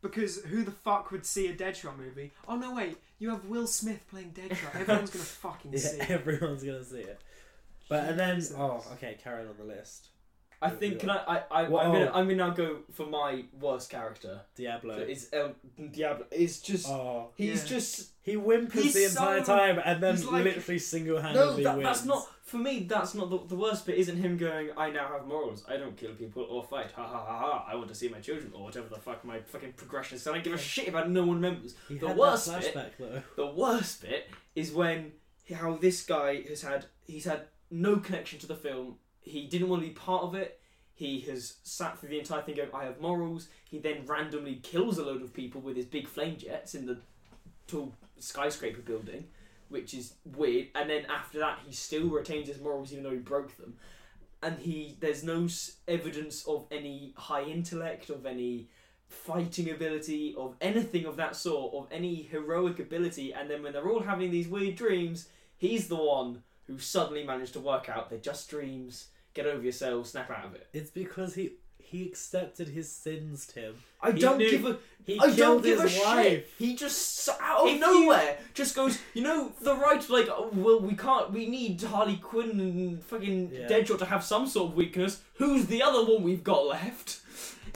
Speaker 1: because who the fuck would see a Deadshot movie? Oh no, wait, you have Will Smith playing Deadshot. Everyone's gonna fucking see.
Speaker 2: yeah,
Speaker 1: it.
Speaker 2: everyone's gonna see it. But and then
Speaker 1: Jesus.
Speaker 2: oh, okay, carry on on the list.
Speaker 3: I think can I I, I I'm
Speaker 2: Whoa.
Speaker 3: gonna I'm gonna now go for my worst character.
Speaker 2: Diablo.
Speaker 3: That is El Diablo. It's just
Speaker 2: Oh,
Speaker 3: he's
Speaker 1: Yeah.
Speaker 3: just
Speaker 2: he whimpers
Speaker 1: He's
Speaker 2: the entire
Speaker 1: so-
Speaker 2: time and then
Speaker 1: he's like-
Speaker 2: literally
Speaker 3: no.
Speaker 2: single-handedly
Speaker 3: That,
Speaker 2: wins.
Speaker 3: that's not for me. That's not the, the worst bit. Isn't him going? I now have morals. I don't kill people or fight. Ha ha ha ha. I want to see my children or whatever the fuck my fucking progression is. I don't give a shit about no one remembers.
Speaker 2: He
Speaker 3: the
Speaker 2: had
Speaker 3: worst
Speaker 2: that
Speaker 3: bit-
Speaker 2: flashback though.
Speaker 3: The worst bit is when how this guy has had he's had no connection to the film. He didn't want to be part of it. He has sat through the entire thing going, "I have morals." He then randomly kills a load of people with his big flame jets in the tall skyscraper building. which is weird. And then after that, he still retains his morals even though he broke them. And he there's no s- evidence of any high intellect, of any fighting ability, of anything of that sort, of any heroic ability. And then when they're all having these weird dreams, he's the one who suddenly managed to work out they're just dreams. Get over yourself, snap out of it.
Speaker 2: It's because he he accepted his sins, Tim.
Speaker 3: I
Speaker 2: He
Speaker 3: don't
Speaker 2: knew-
Speaker 3: give a
Speaker 2: He
Speaker 3: I don't
Speaker 2: killed
Speaker 3: give
Speaker 2: his
Speaker 3: a shit.
Speaker 2: wife.
Speaker 3: He just s- out of
Speaker 2: If you-
Speaker 3: nowhere just goes. You know the right like oh, well we can't we need Harley Quinn and fucking
Speaker 2: Yeah.
Speaker 3: Deadshot to have some sort of weakness. Who's the other one we've got left?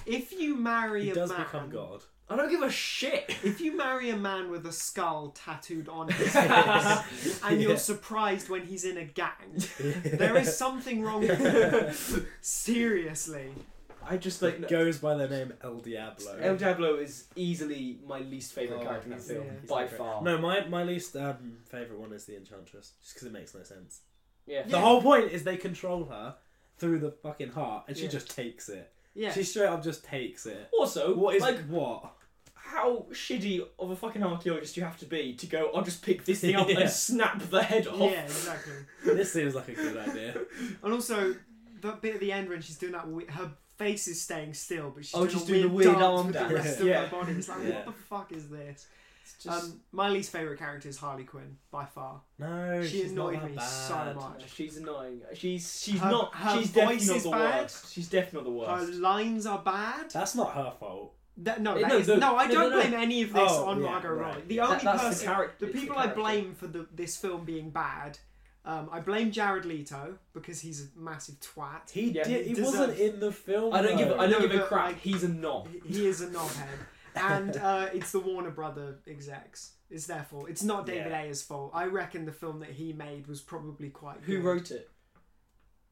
Speaker 1: If you marry
Speaker 2: He
Speaker 1: a
Speaker 2: does
Speaker 1: man,
Speaker 2: become God.
Speaker 3: I don't give a shit.
Speaker 1: If you marry a man with a skull tattooed on his face, and you're
Speaker 2: Yeah.
Speaker 1: surprised when he's in a gang, there is something wrong with you. Seriously.
Speaker 3: I just like
Speaker 2: It goes by the name El Diablo.
Speaker 3: El Diablo is easily my least favorite
Speaker 2: Oh,
Speaker 3: character in that
Speaker 1: he's-
Speaker 3: film
Speaker 1: yeah.
Speaker 2: he's
Speaker 3: by
Speaker 2: not great.
Speaker 3: far.
Speaker 2: No, my my least um, favorite one is the Enchantress, just because it makes no sense.
Speaker 3: Yeah.
Speaker 2: The whole point is they control her through the fucking heart, and she
Speaker 1: Yeah.
Speaker 2: just takes it.
Speaker 1: Yeah.
Speaker 2: She straight up just takes it.
Speaker 3: Also,
Speaker 2: What is
Speaker 3: like,
Speaker 2: what?
Speaker 3: how shitty of a fucking archaeologist you have to be to go, I'll just pick this thing up
Speaker 2: Yeah.
Speaker 3: and snap the head off.
Speaker 1: Yeah, exactly.
Speaker 2: this seems like a good idea.
Speaker 1: And also, that bit at the end when she's doing that, we- her face is staying still, but she's
Speaker 3: Oh,
Speaker 1: doing,
Speaker 3: she's
Speaker 1: a
Speaker 3: doing the
Speaker 1: weird
Speaker 3: weird
Speaker 1: dance
Speaker 3: arm
Speaker 1: with
Speaker 3: dance.
Speaker 1: the rest of
Speaker 3: Yeah.
Speaker 1: her body. It's like,
Speaker 2: Yeah.
Speaker 1: what the fuck is this?
Speaker 3: It's just-
Speaker 1: Um, my least favorite character is Harley Quinn by far.
Speaker 2: No,
Speaker 1: She
Speaker 2: she's not
Speaker 1: annoyed
Speaker 2: that
Speaker 1: me
Speaker 2: bad.
Speaker 1: so much.
Speaker 3: She's annoying. She's she's
Speaker 1: Her-
Speaker 3: not.
Speaker 1: her
Speaker 3: she's definitely
Speaker 1: voice
Speaker 3: not
Speaker 1: is
Speaker 3: the
Speaker 1: bad.
Speaker 3: worst. She's definitely not the
Speaker 1: Her
Speaker 3: worst.
Speaker 1: lines are bad.
Speaker 2: That's not her fault.
Speaker 1: That, no,
Speaker 3: Eh,
Speaker 1: that
Speaker 3: no,
Speaker 1: is-
Speaker 3: no,
Speaker 1: no, I
Speaker 3: no,
Speaker 1: don't
Speaker 3: no, no.
Speaker 1: blame any of this
Speaker 2: Oh,
Speaker 1: on
Speaker 2: yeah,
Speaker 1: Margot
Speaker 2: right.
Speaker 1: Robbie. The
Speaker 2: That-
Speaker 1: only
Speaker 3: that's the
Speaker 1: person,
Speaker 3: character-
Speaker 1: the
Speaker 3: it's the
Speaker 1: people I
Speaker 3: character.
Speaker 1: blame for the, this film being bad, um, I blame Jared Leto because he's a massive twat.
Speaker 2: He
Speaker 3: Yeah,
Speaker 2: did.
Speaker 1: he
Speaker 2: He
Speaker 1: deserves-
Speaker 2: wasn't in the film.
Speaker 3: I don't give. a- I
Speaker 2: though.
Speaker 3: don't
Speaker 1: No,
Speaker 3: give a
Speaker 1: but,
Speaker 3: crap.
Speaker 1: like-
Speaker 3: He's a knob.
Speaker 1: He- He is a knobhead, and uh, it's the Warner Brother execs. It's their fault. It's not David
Speaker 2: Yeah.
Speaker 1: Ayer's fault. I reckon the film that he made was probably quite.
Speaker 3: Who
Speaker 1: good.
Speaker 3: wrote it?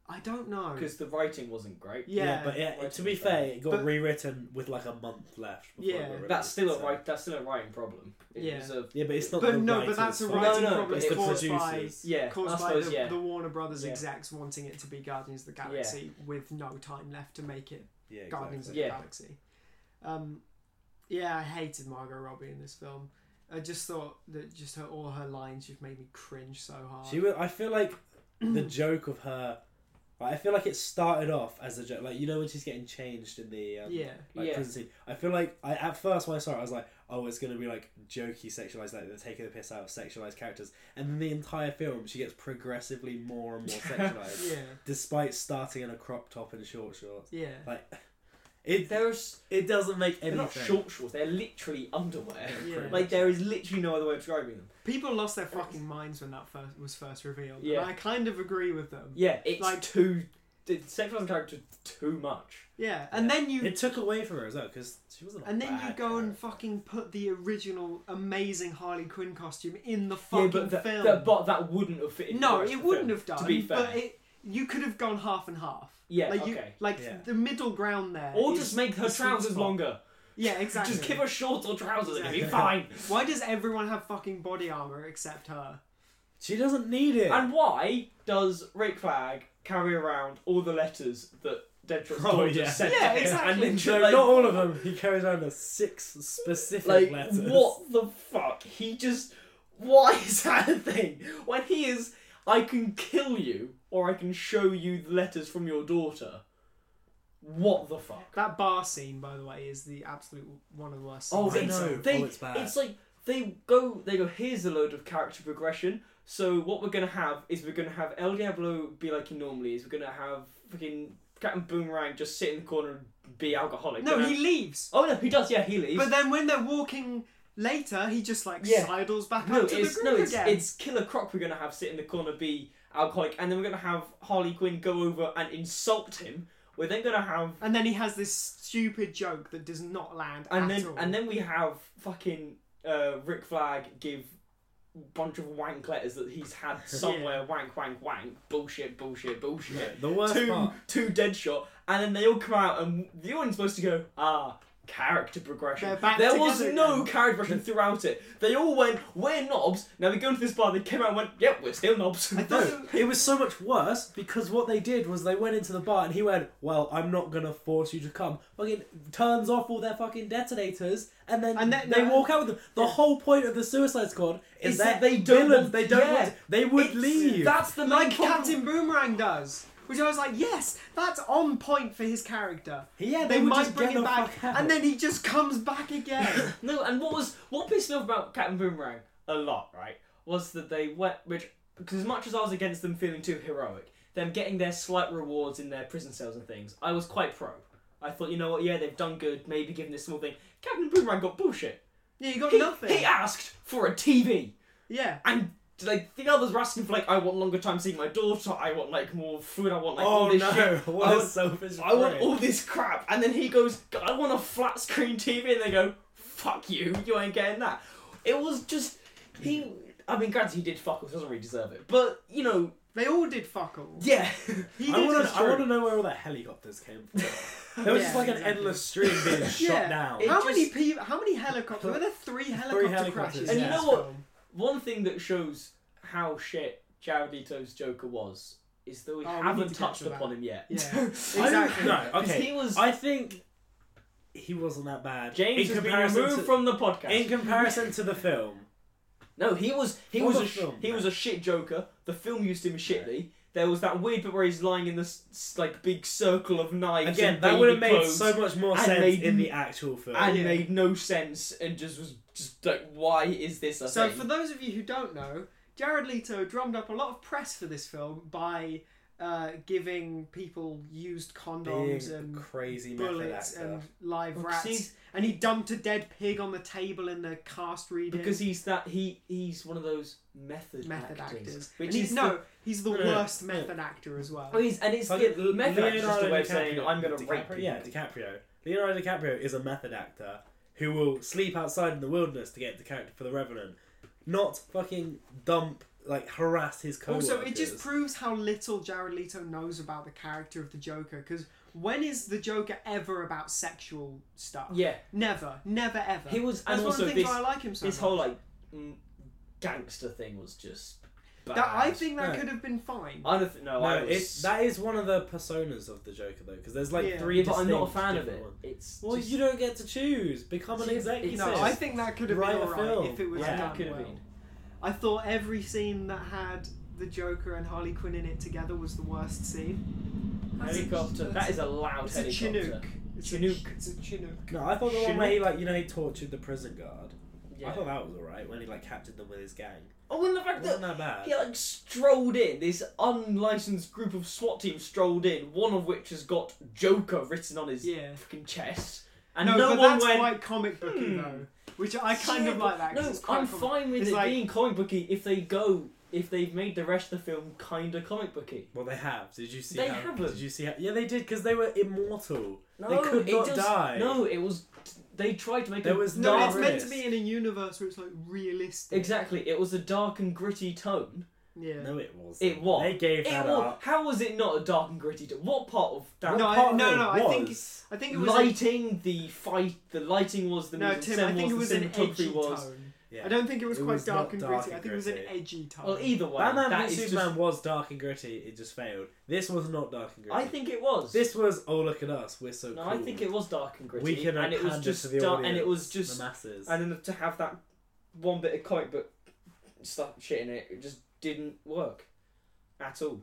Speaker 1: I don't know.
Speaker 3: Because the writing wasn't great.
Speaker 1: Yeah,
Speaker 2: but yeah,
Speaker 3: Right,
Speaker 2: to be
Speaker 3: but-
Speaker 2: fair, it got
Speaker 1: but-
Speaker 2: rewritten with like a month left. Before it
Speaker 1: Yeah.
Speaker 2: got released,
Speaker 3: That's still a
Speaker 2: so-
Speaker 3: right. That's still a writing problem. It
Speaker 1: uh, Yeah.
Speaker 3: was a-
Speaker 2: Yeah, but it's not.
Speaker 1: But
Speaker 2: the
Speaker 1: no,
Speaker 2: writer's
Speaker 1: but that's a
Speaker 2: fault.
Speaker 1: writing
Speaker 3: No, no,
Speaker 1: problem
Speaker 3: it's the
Speaker 1: caused
Speaker 2: producers.
Speaker 1: by
Speaker 3: yeah.
Speaker 1: caused
Speaker 3: I
Speaker 1: by
Speaker 3: suppose
Speaker 1: the,
Speaker 3: yeah.
Speaker 1: the Warner Brothers
Speaker 3: Yeah.
Speaker 1: execs wanting it to be Guardians of the Galaxy with no time left to make it
Speaker 2: Yeah,
Speaker 1: Guardians
Speaker 2: exactly.
Speaker 1: of
Speaker 3: Yeah.
Speaker 1: the Galaxy. Um, yeah, I hated Margot Robbie in this film. I just thought that just her all her lines just made me cringe so hard.
Speaker 2: She was. I feel like the joke of her. Like, I feel like it started off as a joke, like you know when she's getting changed in the um,
Speaker 1: Yeah.
Speaker 2: like,
Speaker 3: Yeah.
Speaker 2: prison scene. I feel like I at first when I saw it, I was like, oh, it's gonna be like jokey, sexualized, like they're taking the piss out of sexualized characters, and then the entire film she gets progressively more and more sexualized,
Speaker 1: yeah,
Speaker 2: despite starting in a crop top and short shorts.
Speaker 1: yeah.
Speaker 2: Like it,
Speaker 3: There's.
Speaker 2: it doesn't make
Speaker 3: They're
Speaker 2: any
Speaker 3: not
Speaker 2: sense.
Speaker 3: short shorts. They're literally underwear.
Speaker 1: Yeah.
Speaker 2: pretty
Speaker 3: Like
Speaker 2: much.
Speaker 3: there is literally no other way of describing them.
Speaker 1: People lost their fucking minds when that first was first revealed.
Speaker 3: Yeah.
Speaker 1: And I kind of agree with them.
Speaker 3: Yeah, it's
Speaker 1: Like-
Speaker 3: like too. The sexualizing character too much.
Speaker 1: Yeah. And
Speaker 2: Yeah.
Speaker 1: then you
Speaker 2: It took away from her as well because she wasn't. a
Speaker 1: and then you
Speaker 2: bad
Speaker 1: go and
Speaker 2: character.
Speaker 1: fucking put the original amazing Harley Quinn costume in the fucking
Speaker 3: yeah, but that,
Speaker 1: film.
Speaker 3: that- but that wouldn't have fitted.
Speaker 1: no, it wouldn't have done.
Speaker 3: To be fair,
Speaker 1: But it, you could have gone half and half.
Speaker 3: yeah,
Speaker 1: like
Speaker 3: okay.
Speaker 1: you like
Speaker 2: Yeah.
Speaker 1: the middle ground there.
Speaker 3: Or
Speaker 1: is
Speaker 3: just make her
Speaker 1: the sweet
Speaker 3: trousers
Speaker 1: spot.
Speaker 3: longer.
Speaker 1: Yeah, exactly.
Speaker 3: Just give her shorts or trousers and it'll be
Speaker 2: Exactly.
Speaker 3: fine.
Speaker 1: Why does everyone have fucking body armor except her?
Speaker 2: She doesn't need it.
Speaker 3: And why does Rick Flag carry around all the letters that Deadshot's
Speaker 2: Oh,
Speaker 3: daughter
Speaker 2: yeah.
Speaker 3: sent?
Speaker 1: Yeah,
Speaker 3: to him?
Speaker 1: exactly.
Speaker 3: And then
Speaker 2: No,
Speaker 3: like,
Speaker 2: not all of them. He carries around a six specific
Speaker 3: like
Speaker 2: letters.
Speaker 3: what the fuck? He just why is that a thing? When he is, I can kill you or I can show you the letters from your daughter. What the fuck?
Speaker 1: That bar scene, by the way, is the absolute one of the worst.
Speaker 3: Oh,
Speaker 2: I
Speaker 1: scenes.
Speaker 3: they,
Speaker 2: know.
Speaker 3: they
Speaker 2: Oh, it's bad.
Speaker 3: like they go they go here's a load of character progression. So what we're gonna have is we're gonna have El Diablo be like he normally is. We're gonna have fucking Captain Boomerang just sit in the corner and be alcoholic.
Speaker 1: No,
Speaker 3: Gonna
Speaker 1: he
Speaker 3: have-
Speaker 1: leaves.
Speaker 3: Oh no, he does. Yeah, he leaves.
Speaker 1: But then when they're walking later, he just like
Speaker 3: Yeah.
Speaker 1: sidles back
Speaker 3: no,
Speaker 1: up to the
Speaker 3: it's
Speaker 1: group
Speaker 3: no, it's,
Speaker 1: again.
Speaker 3: it's Killer Croc. We're gonna have sit in the corner be alcoholic, and then we're gonna have Harley Quinn go over and insult him. We're then gonna have
Speaker 1: And then he has this stupid joke that does not land
Speaker 3: and
Speaker 1: at
Speaker 3: then
Speaker 1: all.
Speaker 3: and then we have fucking uh, Rick Flag give bunch of wank letters that he's had somewhere wank wank wank bullshit bullshit bullshit
Speaker 2: The worst
Speaker 3: two
Speaker 2: part.
Speaker 3: two dead shot and then they all come out and the audience supposed to go ah character progression.
Speaker 1: They're back
Speaker 3: There was
Speaker 1: together
Speaker 3: no
Speaker 1: again.
Speaker 3: character progression throughout it. They all went, we're knobs. Now they go into this bar, they came out and went, yep, we're still knobs.
Speaker 1: I thought
Speaker 2: No, it was so much worse because what they did was they went into the bar and he went, "Well, I'm not gonna force you to come." Fucking turns off all their fucking detonators and then
Speaker 1: And then-
Speaker 2: they
Speaker 1: no.
Speaker 2: walk out with them. The whole point of the Suicide Squad is,
Speaker 3: Is
Speaker 2: that
Speaker 3: that they don't
Speaker 2: villains-
Speaker 3: want-
Speaker 2: they don't
Speaker 3: yeah.
Speaker 2: want, they would
Speaker 3: It's-
Speaker 2: leave.
Speaker 3: That's the main
Speaker 1: like
Speaker 3: problem.
Speaker 1: Captain Boomerang does, which I was like, yes, that's on point for his character.
Speaker 2: yeah,
Speaker 1: They,
Speaker 2: would
Speaker 1: might
Speaker 2: just
Speaker 1: bring
Speaker 2: get
Speaker 1: him
Speaker 2: the
Speaker 1: back,
Speaker 2: fuck out.
Speaker 1: and then he just comes back again.
Speaker 3: No, and what was what pissed me off about Captain Boomerang a lot, right? Was that they went, which because as much as I was against them feeling too heroic, them getting their slight rewards in their prison cells and things, I was quite pro. I thought, you know what? Yeah, they've done good. Maybe given this small thing. Captain Boomerang got bullshit.
Speaker 1: yeah, you got
Speaker 3: He,
Speaker 1: nothing.
Speaker 3: he asked for a TV,
Speaker 1: yeah,
Speaker 3: and like the others were asking for like, I want longer time seeing my daughter. I want like more food. I want like all
Speaker 2: oh
Speaker 3: this
Speaker 2: no!
Speaker 3: shit.
Speaker 2: What
Speaker 3: I
Speaker 2: a
Speaker 3: want-
Speaker 2: selfish
Speaker 3: I want
Speaker 2: prick.
Speaker 3: all this crap. And then he goes, I want a flat screen TV. And they go, fuck you, you ain't getting that. It was just, he, I mean, granted, he did fuck us, doesn't really deserve it. But, you know,
Speaker 1: they all did fuck all.
Speaker 3: yeah.
Speaker 1: He did
Speaker 2: I want
Speaker 1: his
Speaker 2: to. I want
Speaker 1: job.
Speaker 2: to know where all the helicopters came from. There was
Speaker 1: Yeah,
Speaker 2: just like an
Speaker 1: exactly.
Speaker 2: endless stream being shot
Speaker 1: Yeah.
Speaker 2: down.
Speaker 3: It
Speaker 1: How
Speaker 3: just-
Speaker 1: many people? How many helicopters? Were there three helicopter
Speaker 2: helicopters,
Speaker 1: crashes?
Speaker 3: And you
Speaker 1: in
Speaker 3: know
Speaker 1: this
Speaker 3: what?
Speaker 1: film?
Speaker 3: One thing that shows how shit Jared Leto's Joker was is that we
Speaker 1: Oh, we need
Speaker 3: haven't
Speaker 1: to get
Speaker 3: touched
Speaker 1: to that.
Speaker 3: upon him yet.
Speaker 1: Yeah,
Speaker 2: I don't-
Speaker 1: exactly.
Speaker 2: No, okay.
Speaker 3: he was-
Speaker 2: I think he wasn't that bad.
Speaker 3: James
Speaker 2: in
Speaker 3: has been
Speaker 2: comparison
Speaker 3: removed
Speaker 2: to,
Speaker 3: from the podcast.
Speaker 2: in comparison to the film.
Speaker 3: No, he was he
Speaker 2: Or
Speaker 3: was
Speaker 2: the
Speaker 3: a sh-
Speaker 2: film,
Speaker 3: he
Speaker 2: no.
Speaker 3: was a shit Joker. The film used him shittily. There was that weird bit where he's lying in this s- like big circle of knives.
Speaker 2: Again,
Speaker 3: and
Speaker 2: that
Speaker 3: baby
Speaker 2: would have made
Speaker 3: clothes,
Speaker 2: so much more
Speaker 3: and
Speaker 2: sense
Speaker 3: made-
Speaker 2: in the actual film.
Speaker 3: and
Speaker 1: Yeah.
Speaker 3: made no sense and just was just like, why is this a
Speaker 1: So,
Speaker 3: thing?
Speaker 1: for those of you who don't know, Jared Leto drummed up a lot of press for this film by uh, giving people used condoms
Speaker 2: Being
Speaker 1: and
Speaker 2: a crazy method
Speaker 1: bullets
Speaker 2: actor.
Speaker 1: and live
Speaker 3: Well, 'cause
Speaker 1: rats.
Speaker 3: he's-
Speaker 1: And he dumped a dead pig on the table in the cast reading.
Speaker 3: because he's that he he's one of those method,
Speaker 1: method
Speaker 3: actors,
Speaker 1: actors.
Speaker 3: which
Speaker 1: and he's,
Speaker 3: is
Speaker 1: no, he's the
Speaker 2: Yeah.
Speaker 1: worst
Speaker 2: Yeah.
Speaker 1: method actor as well.
Speaker 3: the, oh, he's- and it's
Speaker 2: Fucking
Speaker 3: the method actor is just a
Speaker 2: Leonardo
Speaker 3: way of saying
Speaker 2: DiCaprio-
Speaker 3: I'm gonna rape
Speaker 2: DiCaprio,
Speaker 3: people.
Speaker 2: Yeah, DiCaprio. Leonardo DiCaprio is a method actor who will sleep outside in the wilderness to get into character for The Revenant, not fucking dump like harass his co-workers.
Speaker 1: Also, it just proves how little Jared Leto knows about the character of the Joker. Because when is the Joker ever about sexual stuff?
Speaker 3: yeah.
Speaker 1: Never, never, ever.
Speaker 3: He was-
Speaker 1: That's
Speaker 3: and
Speaker 1: one
Speaker 3: also
Speaker 1: of the things
Speaker 3: this-
Speaker 1: why I like him so
Speaker 3: His
Speaker 1: much.
Speaker 3: whole like mm, gangster thing was just bad.
Speaker 1: That I think that
Speaker 2: No.
Speaker 1: could have been fine.
Speaker 3: I don't, th- no, I
Speaker 2: No,
Speaker 3: was,
Speaker 2: it's that is one of the personas of the Joker though, because there's like
Speaker 1: Yeah.
Speaker 2: three.
Speaker 3: Yeah, but I'm not a
Speaker 2: distinct
Speaker 3: fan of
Speaker 2: different
Speaker 3: it.
Speaker 2: ones.
Speaker 3: It's
Speaker 2: Well,
Speaker 3: just-
Speaker 2: you don't get to choose. Become an
Speaker 3: Yeah,
Speaker 2: executive.
Speaker 3: it's-
Speaker 1: no, I think that could have
Speaker 2: Write
Speaker 1: been
Speaker 2: a film.
Speaker 1: alright if it was
Speaker 2: Yeah.
Speaker 1: done
Speaker 3: Could have
Speaker 1: well.
Speaker 3: been.
Speaker 1: I thought every scene that had the Joker and Harley Quinn in it together was the worst scene. That's a-
Speaker 3: helicopter.
Speaker 1: that's
Speaker 3: That
Speaker 1: a-
Speaker 3: is a loud
Speaker 1: It's a
Speaker 3: helicopter.
Speaker 1: Chinook. It's A,
Speaker 3: Chinook.
Speaker 1: it's a Chinook.
Speaker 2: No, I thought the one where he like you know he tortured the prison guard. I
Speaker 3: Yeah.
Speaker 2: thought that was alright when he like captured them with his gang.
Speaker 3: Oh, and the
Speaker 2: It
Speaker 3: fact
Speaker 2: wasn't that
Speaker 3: that
Speaker 2: bad.
Speaker 3: he like strolled in, this unlicensed group of SWAT team strolled in, one of which has got Joker written on his
Speaker 1: Yeah.
Speaker 3: fucking chest, and
Speaker 1: no,
Speaker 3: no,
Speaker 1: but
Speaker 3: one
Speaker 1: that's
Speaker 3: went.
Speaker 1: quite comic booky
Speaker 3: "Hmm,
Speaker 1: though, which I kind
Speaker 3: shit."
Speaker 1: of like that. 'cause
Speaker 3: No,
Speaker 1: it's quite
Speaker 3: I'm
Speaker 1: comic-
Speaker 3: fine with
Speaker 1: It's
Speaker 3: it
Speaker 1: like-
Speaker 3: being comic booky if they go, if they've made the rest of the film kind of comic booky.
Speaker 2: Well, they have. Did you see?
Speaker 3: They
Speaker 2: how,
Speaker 3: haven't.
Speaker 2: Did you see? How, yeah, they did because they were immortal.
Speaker 3: No,
Speaker 2: They could
Speaker 3: it
Speaker 2: not
Speaker 3: just,
Speaker 2: die.
Speaker 3: No, it was. They tried to make
Speaker 2: There
Speaker 3: a
Speaker 2: was
Speaker 1: No,
Speaker 2: Dark
Speaker 1: it's meant to
Speaker 2: Realist.
Speaker 1: be in a universe where it's like realistic.
Speaker 3: Exactly, it was a dark and gritty tone.
Speaker 1: Yeah.
Speaker 2: No, it was.
Speaker 3: It was.
Speaker 2: They gave
Speaker 3: It
Speaker 2: that
Speaker 3: wa-
Speaker 2: up.
Speaker 3: How was it not a dark and gritty? tone? What part of that?
Speaker 1: No, I-
Speaker 2: Part of
Speaker 1: no,
Speaker 2: it
Speaker 1: no, I think-
Speaker 2: was-
Speaker 1: I think it was. a-
Speaker 3: lighting, the fight, the lighting was the
Speaker 1: no,
Speaker 3: music
Speaker 1: Tim.
Speaker 3: sound
Speaker 1: I think it
Speaker 3: was,
Speaker 1: was
Speaker 3: the
Speaker 1: an edgy
Speaker 3: cinematography was.
Speaker 1: tone.
Speaker 2: Yeah.
Speaker 1: I don't think it was
Speaker 2: It
Speaker 1: quite
Speaker 2: was
Speaker 1: dark
Speaker 2: not
Speaker 1: and
Speaker 2: dark
Speaker 1: gritty. I
Speaker 2: and
Speaker 1: think it was an
Speaker 2: gritty.
Speaker 1: edgy tone.
Speaker 3: Well, either way,
Speaker 2: Batman
Speaker 3: that
Speaker 2: v
Speaker 3: is
Speaker 2: Superman was dark and gritty. It just failed. This was not dark and
Speaker 3: just.
Speaker 2: gritty.
Speaker 3: I think it was.
Speaker 2: this was. Oh look at us. We're so
Speaker 3: no,
Speaker 2: cool.
Speaker 3: I think it was dark and gritty,
Speaker 2: We can
Speaker 3: and it was
Speaker 2: pander
Speaker 3: just
Speaker 2: to the
Speaker 3: dark,
Speaker 2: audience,
Speaker 3: and it was just,
Speaker 2: the masses.
Speaker 3: and then to have that one bit of comic book stuff shit in it, it just didn't work at all.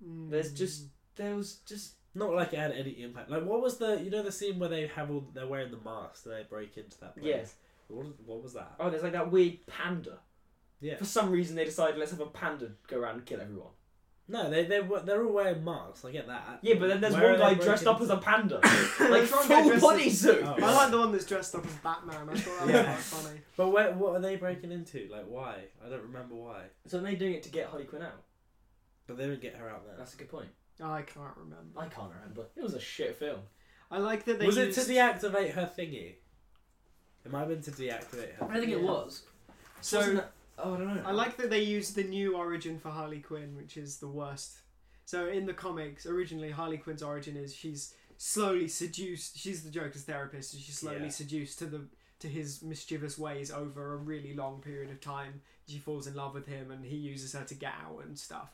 Speaker 3: There's
Speaker 2: Mm.
Speaker 3: just there was just
Speaker 2: Not like it had any impact. Like what was the you know the scene where they have all they're wearing the masks and they break into that place.
Speaker 3: yes.
Speaker 2: What, what was that?
Speaker 3: Oh, there's like that weird panda.
Speaker 2: Yeah.
Speaker 3: For some reason, they decided let's have a panda go around and kill everyone.
Speaker 2: No, they they were- they're all wearing masks. I get that.
Speaker 3: Yeah, but then there's
Speaker 2: Where are
Speaker 3: one
Speaker 2: they
Speaker 3: guy
Speaker 2: breaking
Speaker 3: dressed up as
Speaker 2: into-
Speaker 3: a panda, like
Speaker 1: There's one guy
Speaker 3: full
Speaker 1: dressed
Speaker 3: body
Speaker 1: as-
Speaker 3: suit.
Speaker 2: Oh.
Speaker 1: I like the one that's dressed up as Batman. I thought that
Speaker 2: Yeah.
Speaker 1: was quite funny.
Speaker 2: But where, what are they breaking into? Like why? I don't remember why.
Speaker 3: So are they doing it to get Harley Quinn out?
Speaker 2: But they would get her out there.
Speaker 3: That's a good point.
Speaker 1: I can't remember.
Speaker 3: I can't remember. It was a shit film.
Speaker 1: I like that they
Speaker 2: Was it
Speaker 1: used...
Speaker 2: to deactivate her thingy? It might have been to deactivate her.
Speaker 3: I don't think it
Speaker 1: Yeah.
Speaker 3: was.
Speaker 1: So
Speaker 3: Wasn't it- oh, I don't know.
Speaker 1: I like that they used the new origin for Harley Quinn, which is the worst. So in the comics, originally Harley Quinn's origin is she's slowly seduced. She's the Joker's therapist, and she's slowly
Speaker 2: Yeah.
Speaker 1: seduced to the to his mischievous ways over a really long period of time. She falls in love with him, and he uses her to get out and stuff.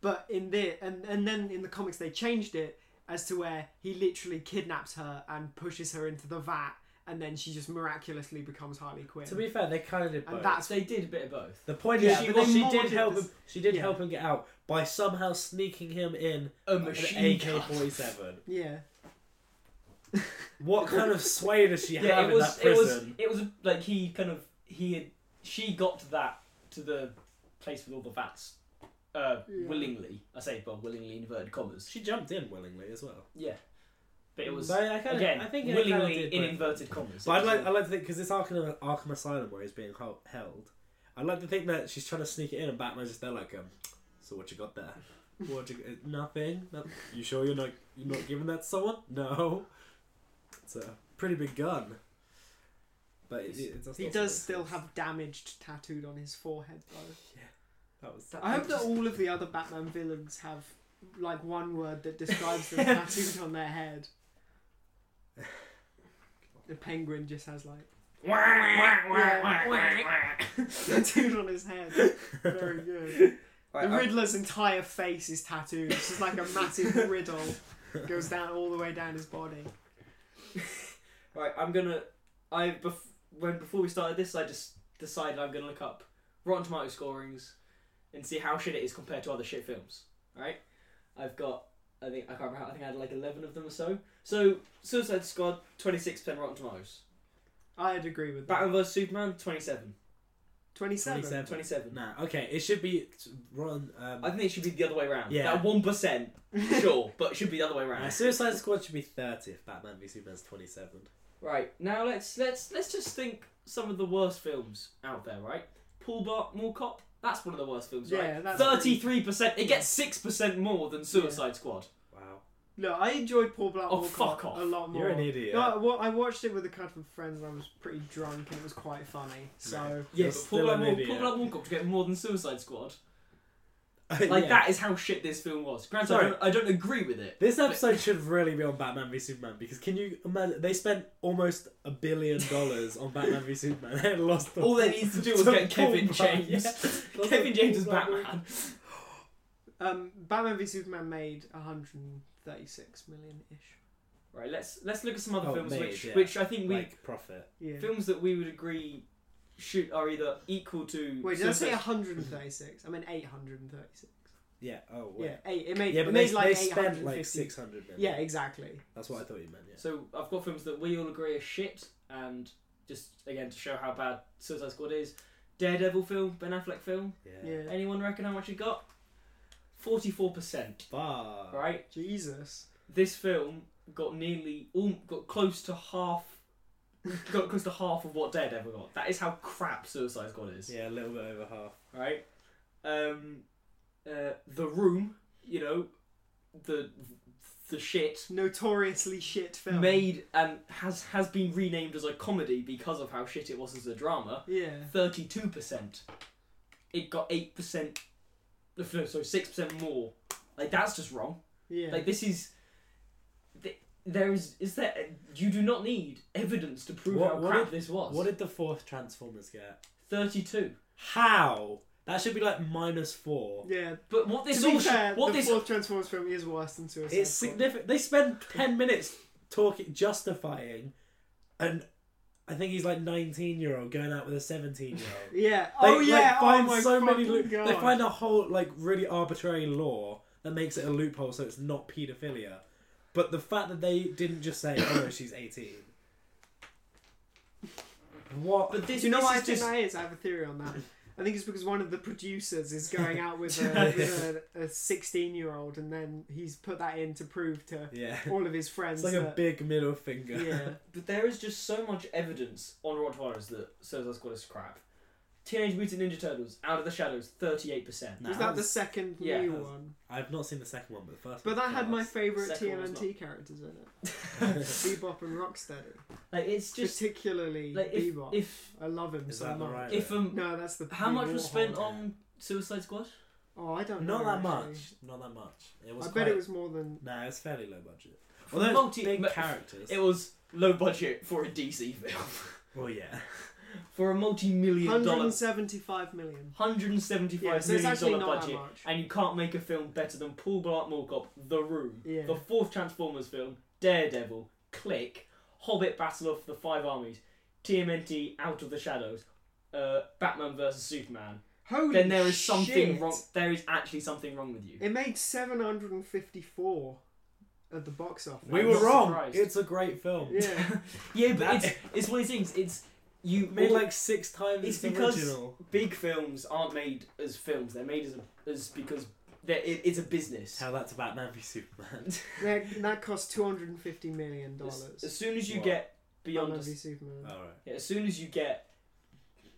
Speaker 1: But in the and and then in the comics they changed it as to where he literally kidnaps her and pushes her into the vat, and then she just miraculously becomes Harley Quinn.
Speaker 2: To be fair, they kind of did both.
Speaker 1: and that's
Speaker 3: They did a bit of both.
Speaker 2: the point
Speaker 1: Yeah,
Speaker 2: is, she,
Speaker 1: but
Speaker 2: well,
Speaker 1: they
Speaker 2: she
Speaker 1: more
Speaker 2: did
Speaker 1: did
Speaker 2: help
Speaker 1: this-
Speaker 2: him. She did
Speaker 1: yeah.
Speaker 2: help him get out by somehow sneaking him in
Speaker 3: A
Speaker 2: an
Speaker 3: machine gun.
Speaker 2: AK-47.
Speaker 1: yeah.
Speaker 2: What kind of sway does she
Speaker 3: Yeah,
Speaker 2: have
Speaker 3: it
Speaker 2: in
Speaker 3: was.
Speaker 2: that
Speaker 3: It was.
Speaker 2: prison?
Speaker 3: It was like he kind of he had. She got to that to the place with all the vats uh,
Speaker 1: Yeah.
Speaker 3: willingly. I say well, willingly inverted commas.
Speaker 2: She jumped in willingly as well.
Speaker 3: Yeah, but it was
Speaker 2: But I kinda-
Speaker 3: again
Speaker 2: I think it kinda
Speaker 3: willingly
Speaker 2: did
Speaker 3: in
Speaker 2: both.
Speaker 3: inverted commas.
Speaker 2: But I'd
Speaker 3: It was
Speaker 2: like, I'd like to think because this Arkham, Arkham Asylum where he's being hel- held, I'd like to think that she's trying to sneak it in, and Batman's just there like, um, so what you got there? What you, uh, nothing. No- You sure you're not you're not giving that to someone? No. It's a pretty big gun. But it, it, it does
Speaker 1: He
Speaker 2: lots
Speaker 1: does
Speaker 2: of
Speaker 1: still
Speaker 2: things.
Speaker 1: have damaged tattooed on his forehead though.
Speaker 2: That was
Speaker 1: I hope that
Speaker 2: just-
Speaker 1: all of the other Batman villains have like one word that describes them tattooed on their head. The penguin just has like tattooed on his head. Very good. The Riddler's entire face is tattooed. It's just like a massive riddle. Goes down all the way down his body.
Speaker 3: Right, I'm gonna. I bef- when before we started this, I just decided I'm gonna look up Rotten Tomato scorings and see how shit it is compared to other shit films. Right, I've got. I think I can't remember. How, I think I had like eleven of them or so. So Suicide Squad, twenty six percent Rotten Tomatoes.
Speaker 1: I'd agree with that.
Speaker 3: Batman vs Superman, 27.
Speaker 1: 27.
Speaker 2: 27.
Speaker 3: 27.
Speaker 2: Nah, okay, it should be t- run. Um,
Speaker 3: I think it should be the other way around.
Speaker 2: Yeah.
Speaker 3: That one percent, sure, but it should be the other way
Speaker 2: uh,
Speaker 3: around.
Speaker 2: Suicide Squad should be thirty if Batman v Superman's twenty-seven.
Speaker 3: Right now, let's let's let's just think some of the worst films out there. Right, Paul Bart Mall Cop. That's one of the worst films,
Speaker 1: Yeah,
Speaker 3: right?
Speaker 1: that's
Speaker 3: Thirty-three percent. It gets six percent more than Suicide Squad.
Speaker 2: Wow,
Speaker 1: Look, I enjoyed Paul Black
Speaker 3: Oh,
Speaker 1: Walker
Speaker 3: fuck off.
Speaker 1: a lot more.
Speaker 2: you're an idiot.
Speaker 1: No, I, wa- I watched it with a couple of friends and I was pretty drunk and it was quite funny. So
Speaker 2: You're
Speaker 3: Yeah, but
Speaker 2: still
Speaker 3: Paul Blart
Speaker 2: an
Speaker 3: Mall,
Speaker 2: idiot.
Speaker 3: Paul Blart Mall Cop to get more than Suicide Squad. Like
Speaker 2: Yeah.
Speaker 3: that is how shit this film was. Granted, I
Speaker 2: Sorry.
Speaker 3: don't, I don't agree with it.
Speaker 2: This episode should really be on Batman v Superman because can you imagine they spent almost a billion dollars on Batman v Superman and lost the
Speaker 3: All they needs to do was
Speaker 2: to
Speaker 3: get
Speaker 2: Paul
Speaker 3: Kevin
Speaker 2: Blart,
Speaker 3: James.
Speaker 2: yeah.
Speaker 3: Kevin James is
Speaker 2: Paul Blart.
Speaker 3: Batman.
Speaker 1: Um, Batman v Superman made 136 million ish.
Speaker 3: Right, let's let's look at some other
Speaker 2: Oh,
Speaker 3: films
Speaker 2: made,
Speaker 3: which
Speaker 2: yeah.
Speaker 3: which I think we
Speaker 2: like profit.
Speaker 1: Yeah.
Speaker 3: films that we would agree should are either equal to
Speaker 1: Wait, did I say
Speaker 3: Suicide-
Speaker 1: 136? I mean 836.
Speaker 2: Yeah. Oh wait.
Speaker 1: Yeah, eight, it made,
Speaker 2: Yeah,
Speaker 1: it
Speaker 2: but
Speaker 1: made
Speaker 2: they,
Speaker 1: like
Speaker 2: they
Speaker 1: 850.
Speaker 2: spent like six hundred million.
Speaker 1: Yeah, exactly.
Speaker 2: that's what I thought you meant. Yeah.
Speaker 3: So I've got films that we all agree are shit, and just again to show how bad Suicide Squad is, Daredevil film, Ben Affleck film.
Speaker 1: Yeah.
Speaker 3: Anyone reckon how much it got? Forty-four percent.
Speaker 2: Bar.
Speaker 3: Right.
Speaker 1: Jesus.
Speaker 3: This film got nearly all got close to half. got close to half of what Daredevil got. That is how crap Suicide Squad is.
Speaker 2: Yeah, a little bit over half.
Speaker 3: right? Um, uh, the room, you know, the the shit
Speaker 1: Notoriously shit film.
Speaker 3: made and has has been renamed as a comedy because of how shit it was as a drama.
Speaker 1: Yeah.
Speaker 3: Thirty two percent. It got eight percent. No, so six percent more. Like that's just wrong.
Speaker 1: Yeah.
Speaker 3: Like this is. th- There is is there you do not need evidence to prove
Speaker 2: What-
Speaker 3: how
Speaker 2: what
Speaker 3: crap
Speaker 2: did-
Speaker 3: this was.
Speaker 2: What did the fourth Transformers get?
Speaker 3: Thirty two.
Speaker 2: How? That should be like minus four.
Speaker 1: yeah.
Speaker 3: But what this
Speaker 1: to be
Speaker 3: all sh-
Speaker 1: fair,
Speaker 3: what
Speaker 1: the
Speaker 3: this
Speaker 1: fourth Transformers film is worse than Suicide
Speaker 2: It's
Speaker 1: Squad.
Speaker 2: significant. They spend ten minutes talking, justifying, and I think he's like nineteen year old going out with a seventeen year old.
Speaker 1: Yeah. oh yeah. oh my fucking
Speaker 2: loop-
Speaker 1: God.
Speaker 2: They find a whole like really arbitrary law that makes it a loophole, so it's not paedophilia. But the fact that they didn't just say, "Oh no, she's 18. What?
Speaker 3: but this
Speaker 1: Do you know
Speaker 3: this
Speaker 1: why I
Speaker 3: is
Speaker 1: think
Speaker 3: just
Speaker 1: that is? I have a theory on that. I think it's because one of the producers is going out with a with a- a sixteen-year-old, and then he's put that in to prove to
Speaker 2: yeah,
Speaker 1: all of his friends
Speaker 2: it's like a
Speaker 1: that
Speaker 2: big middle finger.
Speaker 1: yeah,
Speaker 3: But there is just so much evidence on Rod Tomatoes that Suicide Squad is crap. Teenage Mutant Ninja Turtles, Out of the Shadows, 38%.
Speaker 2: Nah,
Speaker 1: was that the second
Speaker 3: Yeah.
Speaker 1: new one?
Speaker 2: I've not seen the second one, but the first.
Speaker 1: But that
Speaker 2: one
Speaker 1: had my favourite
Speaker 3: Second one was
Speaker 1: TMNT characters in it:
Speaker 2: class.
Speaker 1: Bebop and Rocksteady,
Speaker 3: Like, it's just.
Speaker 1: particularly
Speaker 3: Like, if,
Speaker 1: Bebop.
Speaker 3: if,
Speaker 1: I love him
Speaker 2: Is
Speaker 1: so
Speaker 2: that the
Speaker 1: much.
Speaker 2: right-
Speaker 3: if, um,
Speaker 1: No, that's the.
Speaker 3: how
Speaker 1: Pete
Speaker 3: much was
Speaker 1: Warhol
Speaker 3: spent
Speaker 1: one.
Speaker 3: on Suicide Squad?
Speaker 1: Oh, I don't know.
Speaker 2: Not that
Speaker 1: actually.
Speaker 2: much. Not that much. It was.
Speaker 1: I
Speaker 2: quite...
Speaker 1: bet it was more than.
Speaker 2: Nah, it's fairly low budget.
Speaker 3: For
Speaker 2: Although
Speaker 3: multi-
Speaker 2: multi big
Speaker 3: but
Speaker 2: characters.
Speaker 3: It was low budget for a DC film.
Speaker 2: well, yeah.
Speaker 3: for a multi-million dollar,
Speaker 1: 175 million.
Speaker 3: hundred and
Speaker 1: Yeah,
Speaker 3: seventy-five
Speaker 1: so it's
Speaker 3: million
Speaker 1: actually
Speaker 3: dollar
Speaker 1: not
Speaker 3: budget,
Speaker 1: that much.
Speaker 3: and you can't make a film better than Paul Blart Mall Cop, The Room,
Speaker 1: Yeah.
Speaker 3: the fourth Transformers film, Daredevil, Click, Hobbit: Battle of the Five Armies, TMNT: Out of the Shadows, uh, Batman vs Superman.
Speaker 1: Holy
Speaker 3: Then there is something
Speaker 1: shit.
Speaker 3: wrong. There is actually something wrong with you.
Speaker 1: It made 754 at the box office.
Speaker 2: We
Speaker 3: I'm
Speaker 2: were
Speaker 3: not
Speaker 2: wrong.
Speaker 3: surprised.
Speaker 2: It's a great film.
Speaker 1: Yeah.
Speaker 3: yeah, but
Speaker 2: That's-
Speaker 3: it's it's one of these things. It's you
Speaker 2: Made
Speaker 3: all-
Speaker 2: like six times
Speaker 3: It's
Speaker 2: the
Speaker 3: because-
Speaker 2: original.
Speaker 3: big films aren't made as films. They're made as a, as because they're, it, it's a business.
Speaker 2: Tell that to Batman v Superman.
Speaker 1: that, that cost 250 million
Speaker 3: As,
Speaker 1: dollars.
Speaker 3: as soon as you
Speaker 2: Wow.
Speaker 3: get beyond, Uh,
Speaker 1: Batman
Speaker 3: a s-
Speaker 1: v Superman.
Speaker 2: Alright.
Speaker 3: yeah, as soon as you get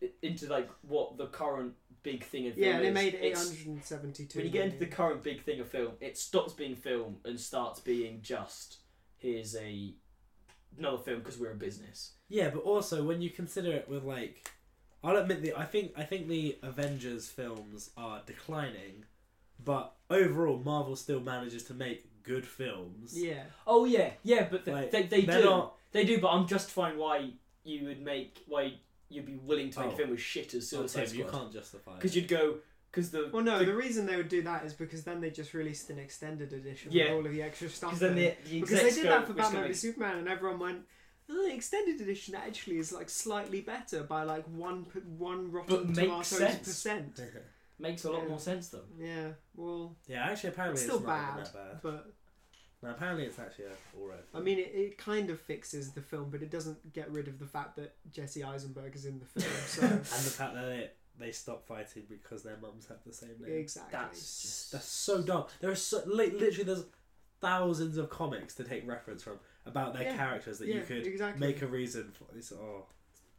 Speaker 3: i- into like what the current big thing in film
Speaker 1: yeah,
Speaker 3: is,
Speaker 1: they made
Speaker 3: it's-
Speaker 1: 872.
Speaker 3: when you get into the
Speaker 1: million.
Speaker 3: current big thing of film, it stops being film and starts being just here's a another film because we're a business.
Speaker 2: Yeah, but also when you consider it with like, I'll admit the I think I think the Avengers films are declining, but overall Marvel still manages to make good films.
Speaker 1: yeah,
Speaker 3: Oh yeah, yeah, but they
Speaker 2: Like,
Speaker 3: they, they
Speaker 2: they're
Speaker 3: do
Speaker 2: not-
Speaker 3: they do. But I'm justifying why you would make why you'd be willing to make
Speaker 2: Oh.
Speaker 3: a film as shit as
Speaker 2: So
Speaker 3: Suicide
Speaker 2: you
Speaker 3: Squad.
Speaker 2: can't justify.
Speaker 3: Because
Speaker 2: it.
Speaker 3: you'd go, because the
Speaker 1: Well, no, the reason they would do that is because then they just released an extended edition
Speaker 3: Yeah.
Speaker 1: with all of the extra stuff.
Speaker 3: because then
Speaker 1: in.
Speaker 3: the, the
Speaker 1: because they
Speaker 3: execs
Speaker 1: did
Speaker 3: go,
Speaker 1: that for
Speaker 3: "We're just
Speaker 1: Batman
Speaker 3: gonna
Speaker 1: v
Speaker 3: make-
Speaker 1: Superman, and everyone went, "Oh, "The extended edition actually is like slightly better by like one p- one rotten
Speaker 3: makes
Speaker 1: tomatoes
Speaker 3: sense.
Speaker 1: percent."
Speaker 3: makes a lot
Speaker 1: Yeah.
Speaker 3: more sense though.
Speaker 1: Yeah, well,
Speaker 2: yeah, actually, apparently
Speaker 1: it's
Speaker 2: it's,
Speaker 1: still
Speaker 2: not
Speaker 1: bad,
Speaker 2: even that bad.
Speaker 1: but
Speaker 2: No, apparently it's actually a alright.
Speaker 1: I mean, it, it kind of fixes the film, but it doesn't get rid of the fact that Jesse Eisenberg is in the film. So
Speaker 2: and the fact that they they stop fighting because their mums have the same name.
Speaker 1: exactly,
Speaker 3: That's just
Speaker 2: That's so dumb. There are so li- literally there's thousands of comics to take reference from about their
Speaker 1: Yeah.
Speaker 2: characters that
Speaker 1: yeah,
Speaker 2: you could
Speaker 1: exactly.
Speaker 2: make a reason for. It's oh,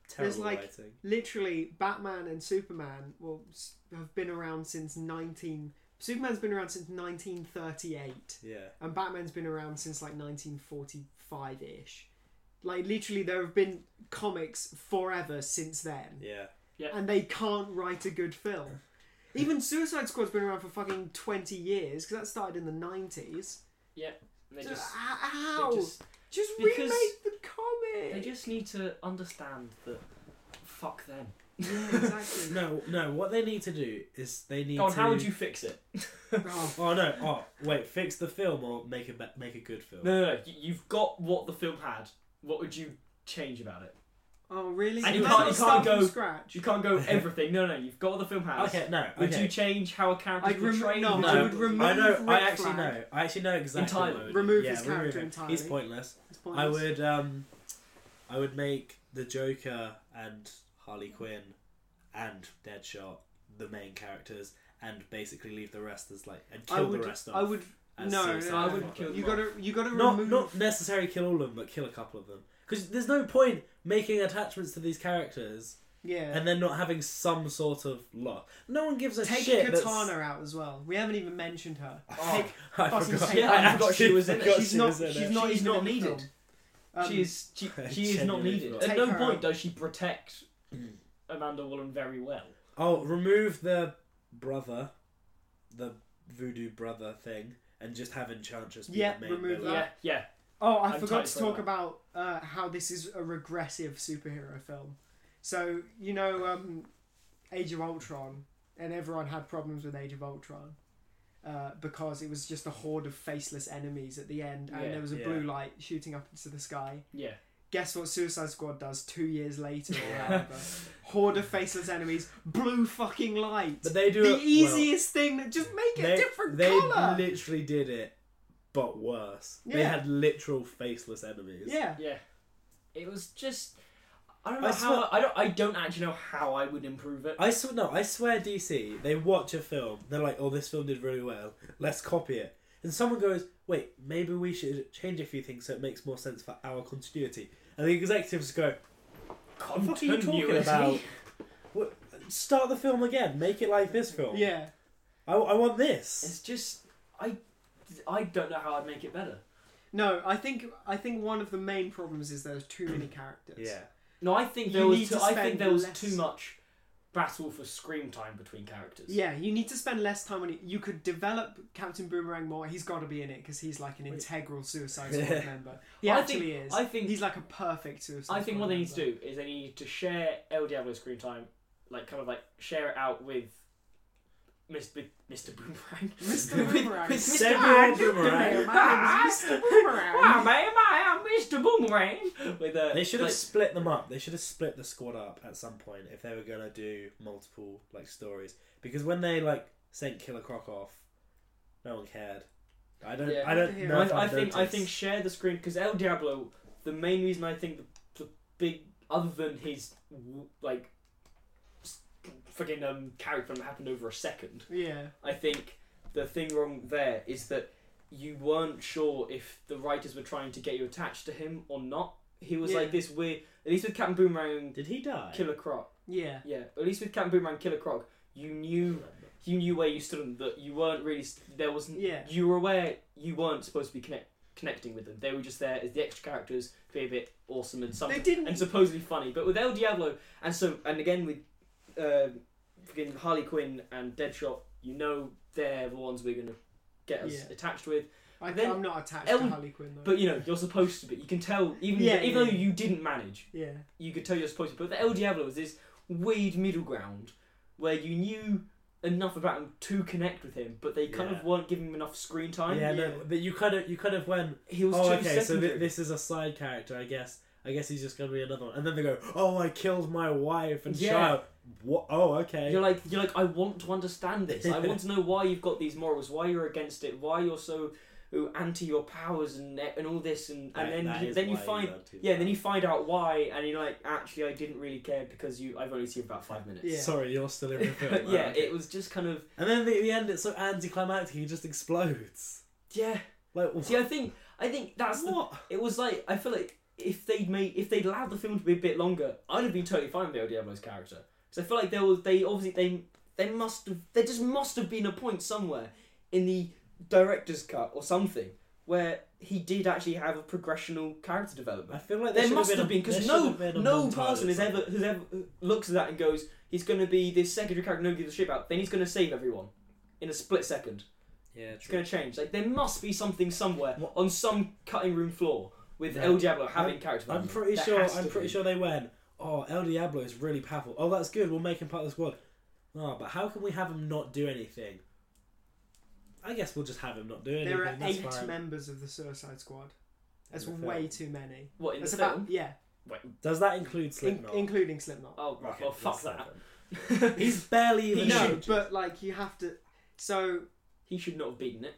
Speaker 2: it's
Speaker 1: There's,
Speaker 2: terrible
Speaker 1: like,
Speaker 2: writing.
Speaker 1: Literally, Batman and Superman well s- have been around since nineteen. Superman's been around since nineteen thirty-eight.
Speaker 2: Yeah,
Speaker 1: and Batman's been around since like 1945 ish. Like, literally, there have been comics forever since then,
Speaker 2: yeah.
Speaker 1: and they can't write a good film. Even Suicide Squad's been around for fucking 20 years because that started in the 90s.
Speaker 3: They
Speaker 1: So,
Speaker 3: just,
Speaker 1: h-
Speaker 3: they
Speaker 1: how?
Speaker 3: just,
Speaker 1: just
Speaker 3: because-
Speaker 1: remake the
Speaker 3: they
Speaker 1: comic!
Speaker 3: just need to understand that. Fuck them.
Speaker 1: Yeah, exactly.
Speaker 2: No, no. What they need to do is they need
Speaker 3: Go on,
Speaker 2: to.
Speaker 3: how would you fix it?
Speaker 1: Oh,
Speaker 2: Oh no! Oh wait, fix the film or make a be- make a good film.
Speaker 3: No, no, no. you- You've got what the film had. What would you change about it?
Speaker 1: oh, really?
Speaker 3: And you
Speaker 1: Let's
Speaker 3: can't-
Speaker 1: not
Speaker 3: you
Speaker 1: start
Speaker 3: can't
Speaker 1: from
Speaker 3: go-
Speaker 1: scratch.
Speaker 3: You can't go everything. No, no. You've got what the film has.
Speaker 2: Okay, no.
Speaker 3: Would
Speaker 2: okay.
Speaker 3: you change how a character
Speaker 1: I'd
Speaker 3: is
Speaker 1: rem-
Speaker 3: portrayed?
Speaker 1: no,
Speaker 2: No,
Speaker 1: I would remove
Speaker 2: I know. I
Speaker 1: Rick
Speaker 2: actually
Speaker 1: Flag.
Speaker 2: know. I actually know exactly. what I
Speaker 3: Entirely.
Speaker 2: would do.
Speaker 1: Remove
Speaker 2: Yeah,
Speaker 1: his character
Speaker 2: him.
Speaker 1: entirely.
Speaker 2: He's pointless.
Speaker 1: It's
Speaker 2: I
Speaker 1: pointless.
Speaker 2: would um, I would make the Joker and Harley Quinn and Deadshot the main characters, and basically leave the rest as like and
Speaker 1: I
Speaker 2: kill
Speaker 1: would.
Speaker 2: the rest off.
Speaker 1: I would.
Speaker 2: as
Speaker 1: no,
Speaker 2: suicide
Speaker 1: no, no,
Speaker 3: I wouldn't
Speaker 2: squad.
Speaker 3: kill
Speaker 1: You gotta, you gotta
Speaker 2: Not
Speaker 1: remove.
Speaker 2: not necessarily kill all of them, but kill a couple of them. Because there's no point making attachments to these characters
Speaker 1: yeah.
Speaker 2: and then not having some sort of love. No one gives a
Speaker 1: Take
Speaker 2: shit. that's-
Speaker 1: Katana out as well. We haven't even mentioned her.
Speaker 3: Oh,
Speaker 2: I
Speaker 1: fucking
Speaker 2: forgot.
Speaker 1: take- Yeah, I
Speaker 2: actually
Speaker 3: forgot she was in it.
Speaker 2: forgot
Speaker 1: she's
Speaker 2: she
Speaker 1: not.
Speaker 2: was in
Speaker 1: She's
Speaker 2: it.
Speaker 1: not.
Speaker 3: She's
Speaker 1: even
Speaker 3: not
Speaker 1: in the
Speaker 3: needed.
Speaker 1: film. Um,
Speaker 3: she is. She, she is not
Speaker 2: Genuinely
Speaker 3: needed.
Speaker 2: forgot.
Speaker 3: At
Speaker 1: Take
Speaker 3: no
Speaker 1: her
Speaker 3: point
Speaker 1: out.
Speaker 3: does she protect Amanda Wallen very well.
Speaker 2: Oh, remove the brother, the voodoo brother thing, and just have Enchantress be
Speaker 1: Yeah,
Speaker 2: the main
Speaker 1: remove
Speaker 2: villain.
Speaker 1: that.
Speaker 3: Yeah, yeah.
Speaker 1: Oh, I
Speaker 3: I'm
Speaker 1: forgot
Speaker 3: tight
Speaker 1: to
Speaker 3: for
Speaker 1: talk
Speaker 3: that.
Speaker 1: about uh, how this is a regressive superhero film. So you know, um, Age of Ultron, and everyone had problems with Age of Ultron. Uh, because it was just a horde of faceless enemies at the end, and
Speaker 3: Yeah,
Speaker 1: there was a
Speaker 2: yeah.
Speaker 1: blue light shooting up into the sky.
Speaker 3: Yeah.
Speaker 1: Guess what Suicide Squad does two years later or
Speaker 2: Yeah.
Speaker 1: however? Horde of faceless enemies, blue fucking light.
Speaker 2: But they do
Speaker 1: the
Speaker 2: it
Speaker 1: easiest thing that just make it
Speaker 2: well. They,
Speaker 1: a different
Speaker 2: they
Speaker 1: color.
Speaker 2: literally did it, but worse. They
Speaker 1: Yeah.
Speaker 2: had literal faceless enemies.
Speaker 1: yeah,
Speaker 3: Yeah. It was just I don't know
Speaker 2: I
Speaker 3: how
Speaker 2: swear-
Speaker 3: I don't I don't actually know how I would improve it.
Speaker 2: I swear, no, I swear DC, they watch a film, they're like, oh, this film did really well, let's copy it. And someone goes, wait, maybe we should change a few things so it makes more sense for our continuity. And the executives go, what the fuck are you talking
Speaker 3: Continuity.
Speaker 2: about? What, start the film again, make it like this film.
Speaker 1: yeah.
Speaker 2: I, I want this.
Speaker 3: It's just I I don't know how I'd make it better.
Speaker 1: No, I think I think one of the main problems is there's too many characters.
Speaker 2: Yeah.
Speaker 3: No, I think
Speaker 1: You
Speaker 3: there was
Speaker 1: need
Speaker 3: too,
Speaker 1: to
Speaker 3: I think
Speaker 1: spend
Speaker 3: there was
Speaker 1: less-
Speaker 3: too much battle for screen time between characters.
Speaker 1: Yeah, you need to spend less time on it. You could develop Captain Boomerang more. He's got to be in it because he's like an
Speaker 2: Wait.
Speaker 1: integral Suicide Squad member. He
Speaker 3: I
Speaker 1: actually
Speaker 3: think,
Speaker 1: is.
Speaker 3: I think
Speaker 1: he's like a perfect Suicide
Speaker 3: I think
Speaker 1: Squad
Speaker 3: what they
Speaker 1: member.
Speaker 3: need to do is they need to share El Diablo's screen time, like kind of like share it out with Mr. Mr. Boomerang.
Speaker 1: Mr.
Speaker 3: With-
Speaker 1: Boomerang.
Speaker 3: with Mr.
Speaker 2: Samuel
Speaker 3: Andy
Speaker 2: Boomerang.
Speaker 1: My name is Mr. Boomerang.
Speaker 3: Wow, man, I am Mr. Boomerang. With uh,
Speaker 2: They should have
Speaker 3: like,
Speaker 2: split them up. They should have split the squad up at some point if they were gonna do multiple like stories. Because when they like sent Killer Croc off, no one cared. I don't.
Speaker 3: Yeah.
Speaker 2: I don't
Speaker 1: Yeah.
Speaker 2: know. if
Speaker 3: I, I
Speaker 2: I've
Speaker 3: think I
Speaker 2: noticed.
Speaker 3: think share the screen because El Diablo. The main reason I think the, the big other than his w- like s- fucking um character happened over a second.
Speaker 1: Yeah.
Speaker 3: I think the thing wrong there is that you weren't sure if the writers were trying to get you attached to him or not. He was
Speaker 1: Yeah.
Speaker 3: like this weird. At least with Captain Boomerang and
Speaker 2: Did he die?
Speaker 3: Killer Croc,
Speaker 1: Yeah.
Speaker 3: yeah. At least with Captain Boomerang and Killer Croc, you knew you knew where you stood and that you weren't really. s- There wasn't.
Speaker 1: Yeah.
Speaker 3: You were aware you weren't supposed to be connect, connecting with them. They were just there as the extra characters to be a bit awesome and something
Speaker 1: They didn't.
Speaker 3: and supposedly funny. But with El Diablo, and so and again with uh, fucking Harley Quinn and Deadshot, you know they're the ones we're gonna get us
Speaker 1: Yeah.
Speaker 3: attached with.
Speaker 1: I,
Speaker 3: then
Speaker 1: I'm not attached
Speaker 3: El-
Speaker 1: to Harley Quinn though.
Speaker 3: But you know you're supposed to be. You can tell even
Speaker 1: Yeah,
Speaker 3: even
Speaker 1: yeah.
Speaker 3: though you didn't manage,
Speaker 1: yeah.
Speaker 3: you could tell you're supposed to. But with El Diablo was this weird middle ground where you knew enough about him to connect with him, but they kind
Speaker 2: Yeah.
Speaker 3: of weren't giving him enough screen time.
Speaker 2: yeah,
Speaker 1: Yeah.
Speaker 2: no. But you kind of you kind of went.
Speaker 3: He was
Speaker 2: Oh,
Speaker 3: too
Speaker 2: okay. So
Speaker 3: secondary.
Speaker 2: th- this is a side character, I guess. I guess he's just gonna be another one. And then they go, "Oh, I killed my wife and
Speaker 3: Yeah.
Speaker 2: child." What? Oh, okay.
Speaker 3: You're like you're like I want to understand this. I want to know why you've got these morals, why you're against it, why you're so ooh, anti your powers and and all this and,
Speaker 2: That-
Speaker 3: and
Speaker 2: that
Speaker 3: then you,
Speaker 2: is
Speaker 3: then you
Speaker 2: why he's
Speaker 3: find
Speaker 2: up to
Speaker 3: yeah,
Speaker 2: that.
Speaker 3: then you find out why and you're like actually I didn't really care because you I've only seen about 5 minutes.
Speaker 1: Yeah.
Speaker 2: Sorry, you're still in the film.
Speaker 3: yeah,
Speaker 2: okay.
Speaker 3: it was just kind of
Speaker 2: And then at the end, it's so anticlimactic. He just explodes.
Speaker 3: yeah.
Speaker 2: Like
Speaker 3: See, I think I think that's the,
Speaker 2: what?
Speaker 3: it was like I feel like if they'd made if they'd allowed the film to be a bit longer, I'd have been totally fine with El Diablo's character because I feel like there was they obviously they they must have there just must have been a point somewhere in the director's cut or something where he did actually have a progressional character
Speaker 2: I
Speaker 3: development.
Speaker 2: feel like
Speaker 3: There
Speaker 2: should
Speaker 3: must have
Speaker 2: a-
Speaker 3: been because
Speaker 2: there
Speaker 3: no
Speaker 2: should have been a
Speaker 3: no
Speaker 2: montage
Speaker 3: person
Speaker 2: or
Speaker 3: has ever
Speaker 2: something.
Speaker 3: has ever uh, looks at that and goes he's going to be this secondary character no one gives a shit about then he's going to save everyone in a split second.
Speaker 2: Yeah,
Speaker 3: It's going to change. Like there must be something somewhere on some cutting room floor with
Speaker 2: Yeah.
Speaker 3: El Diablo having
Speaker 2: I'm-
Speaker 3: character.
Speaker 2: I'm
Speaker 3: development.
Speaker 2: pretty
Speaker 3: There
Speaker 2: sure.
Speaker 3: has to
Speaker 2: I'm pretty
Speaker 3: be.
Speaker 2: sure they went. Oh, El Diablo is really powerful. Oh, that's good. We'll make him part of the squad. Oh, but how can we have him not do anything? I guess we'll just have him not do anything.
Speaker 1: There are
Speaker 2: that's
Speaker 1: eight
Speaker 2: fine.
Speaker 1: members of the Suicide Squad. That's
Speaker 2: In the
Speaker 1: way
Speaker 2: film.
Speaker 1: too many.
Speaker 3: What in
Speaker 1: That's
Speaker 3: the
Speaker 1: about
Speaker 3: film?
Speaker 1: yeah,
Speaker 2: Does that include
Speaker 1: in,
Speaker 2: Slipknot?
Speaker 1: including Slipknot.
Speaker 3: Oh, right,
Speaker 2: Okay,
Speaker 3: well,
Speaker 2: that's
Speaker 3: fuck that.
Speaker 2: Slipknot.
Speaker 3: He's
Speaker 2: He's barely
Speaker 3: He
Speaker 2: even.
Speaker 1: no,
Speaker 3: should.
Speaker 1: but like you have to. So
Speaker 3: he should not have beaten it.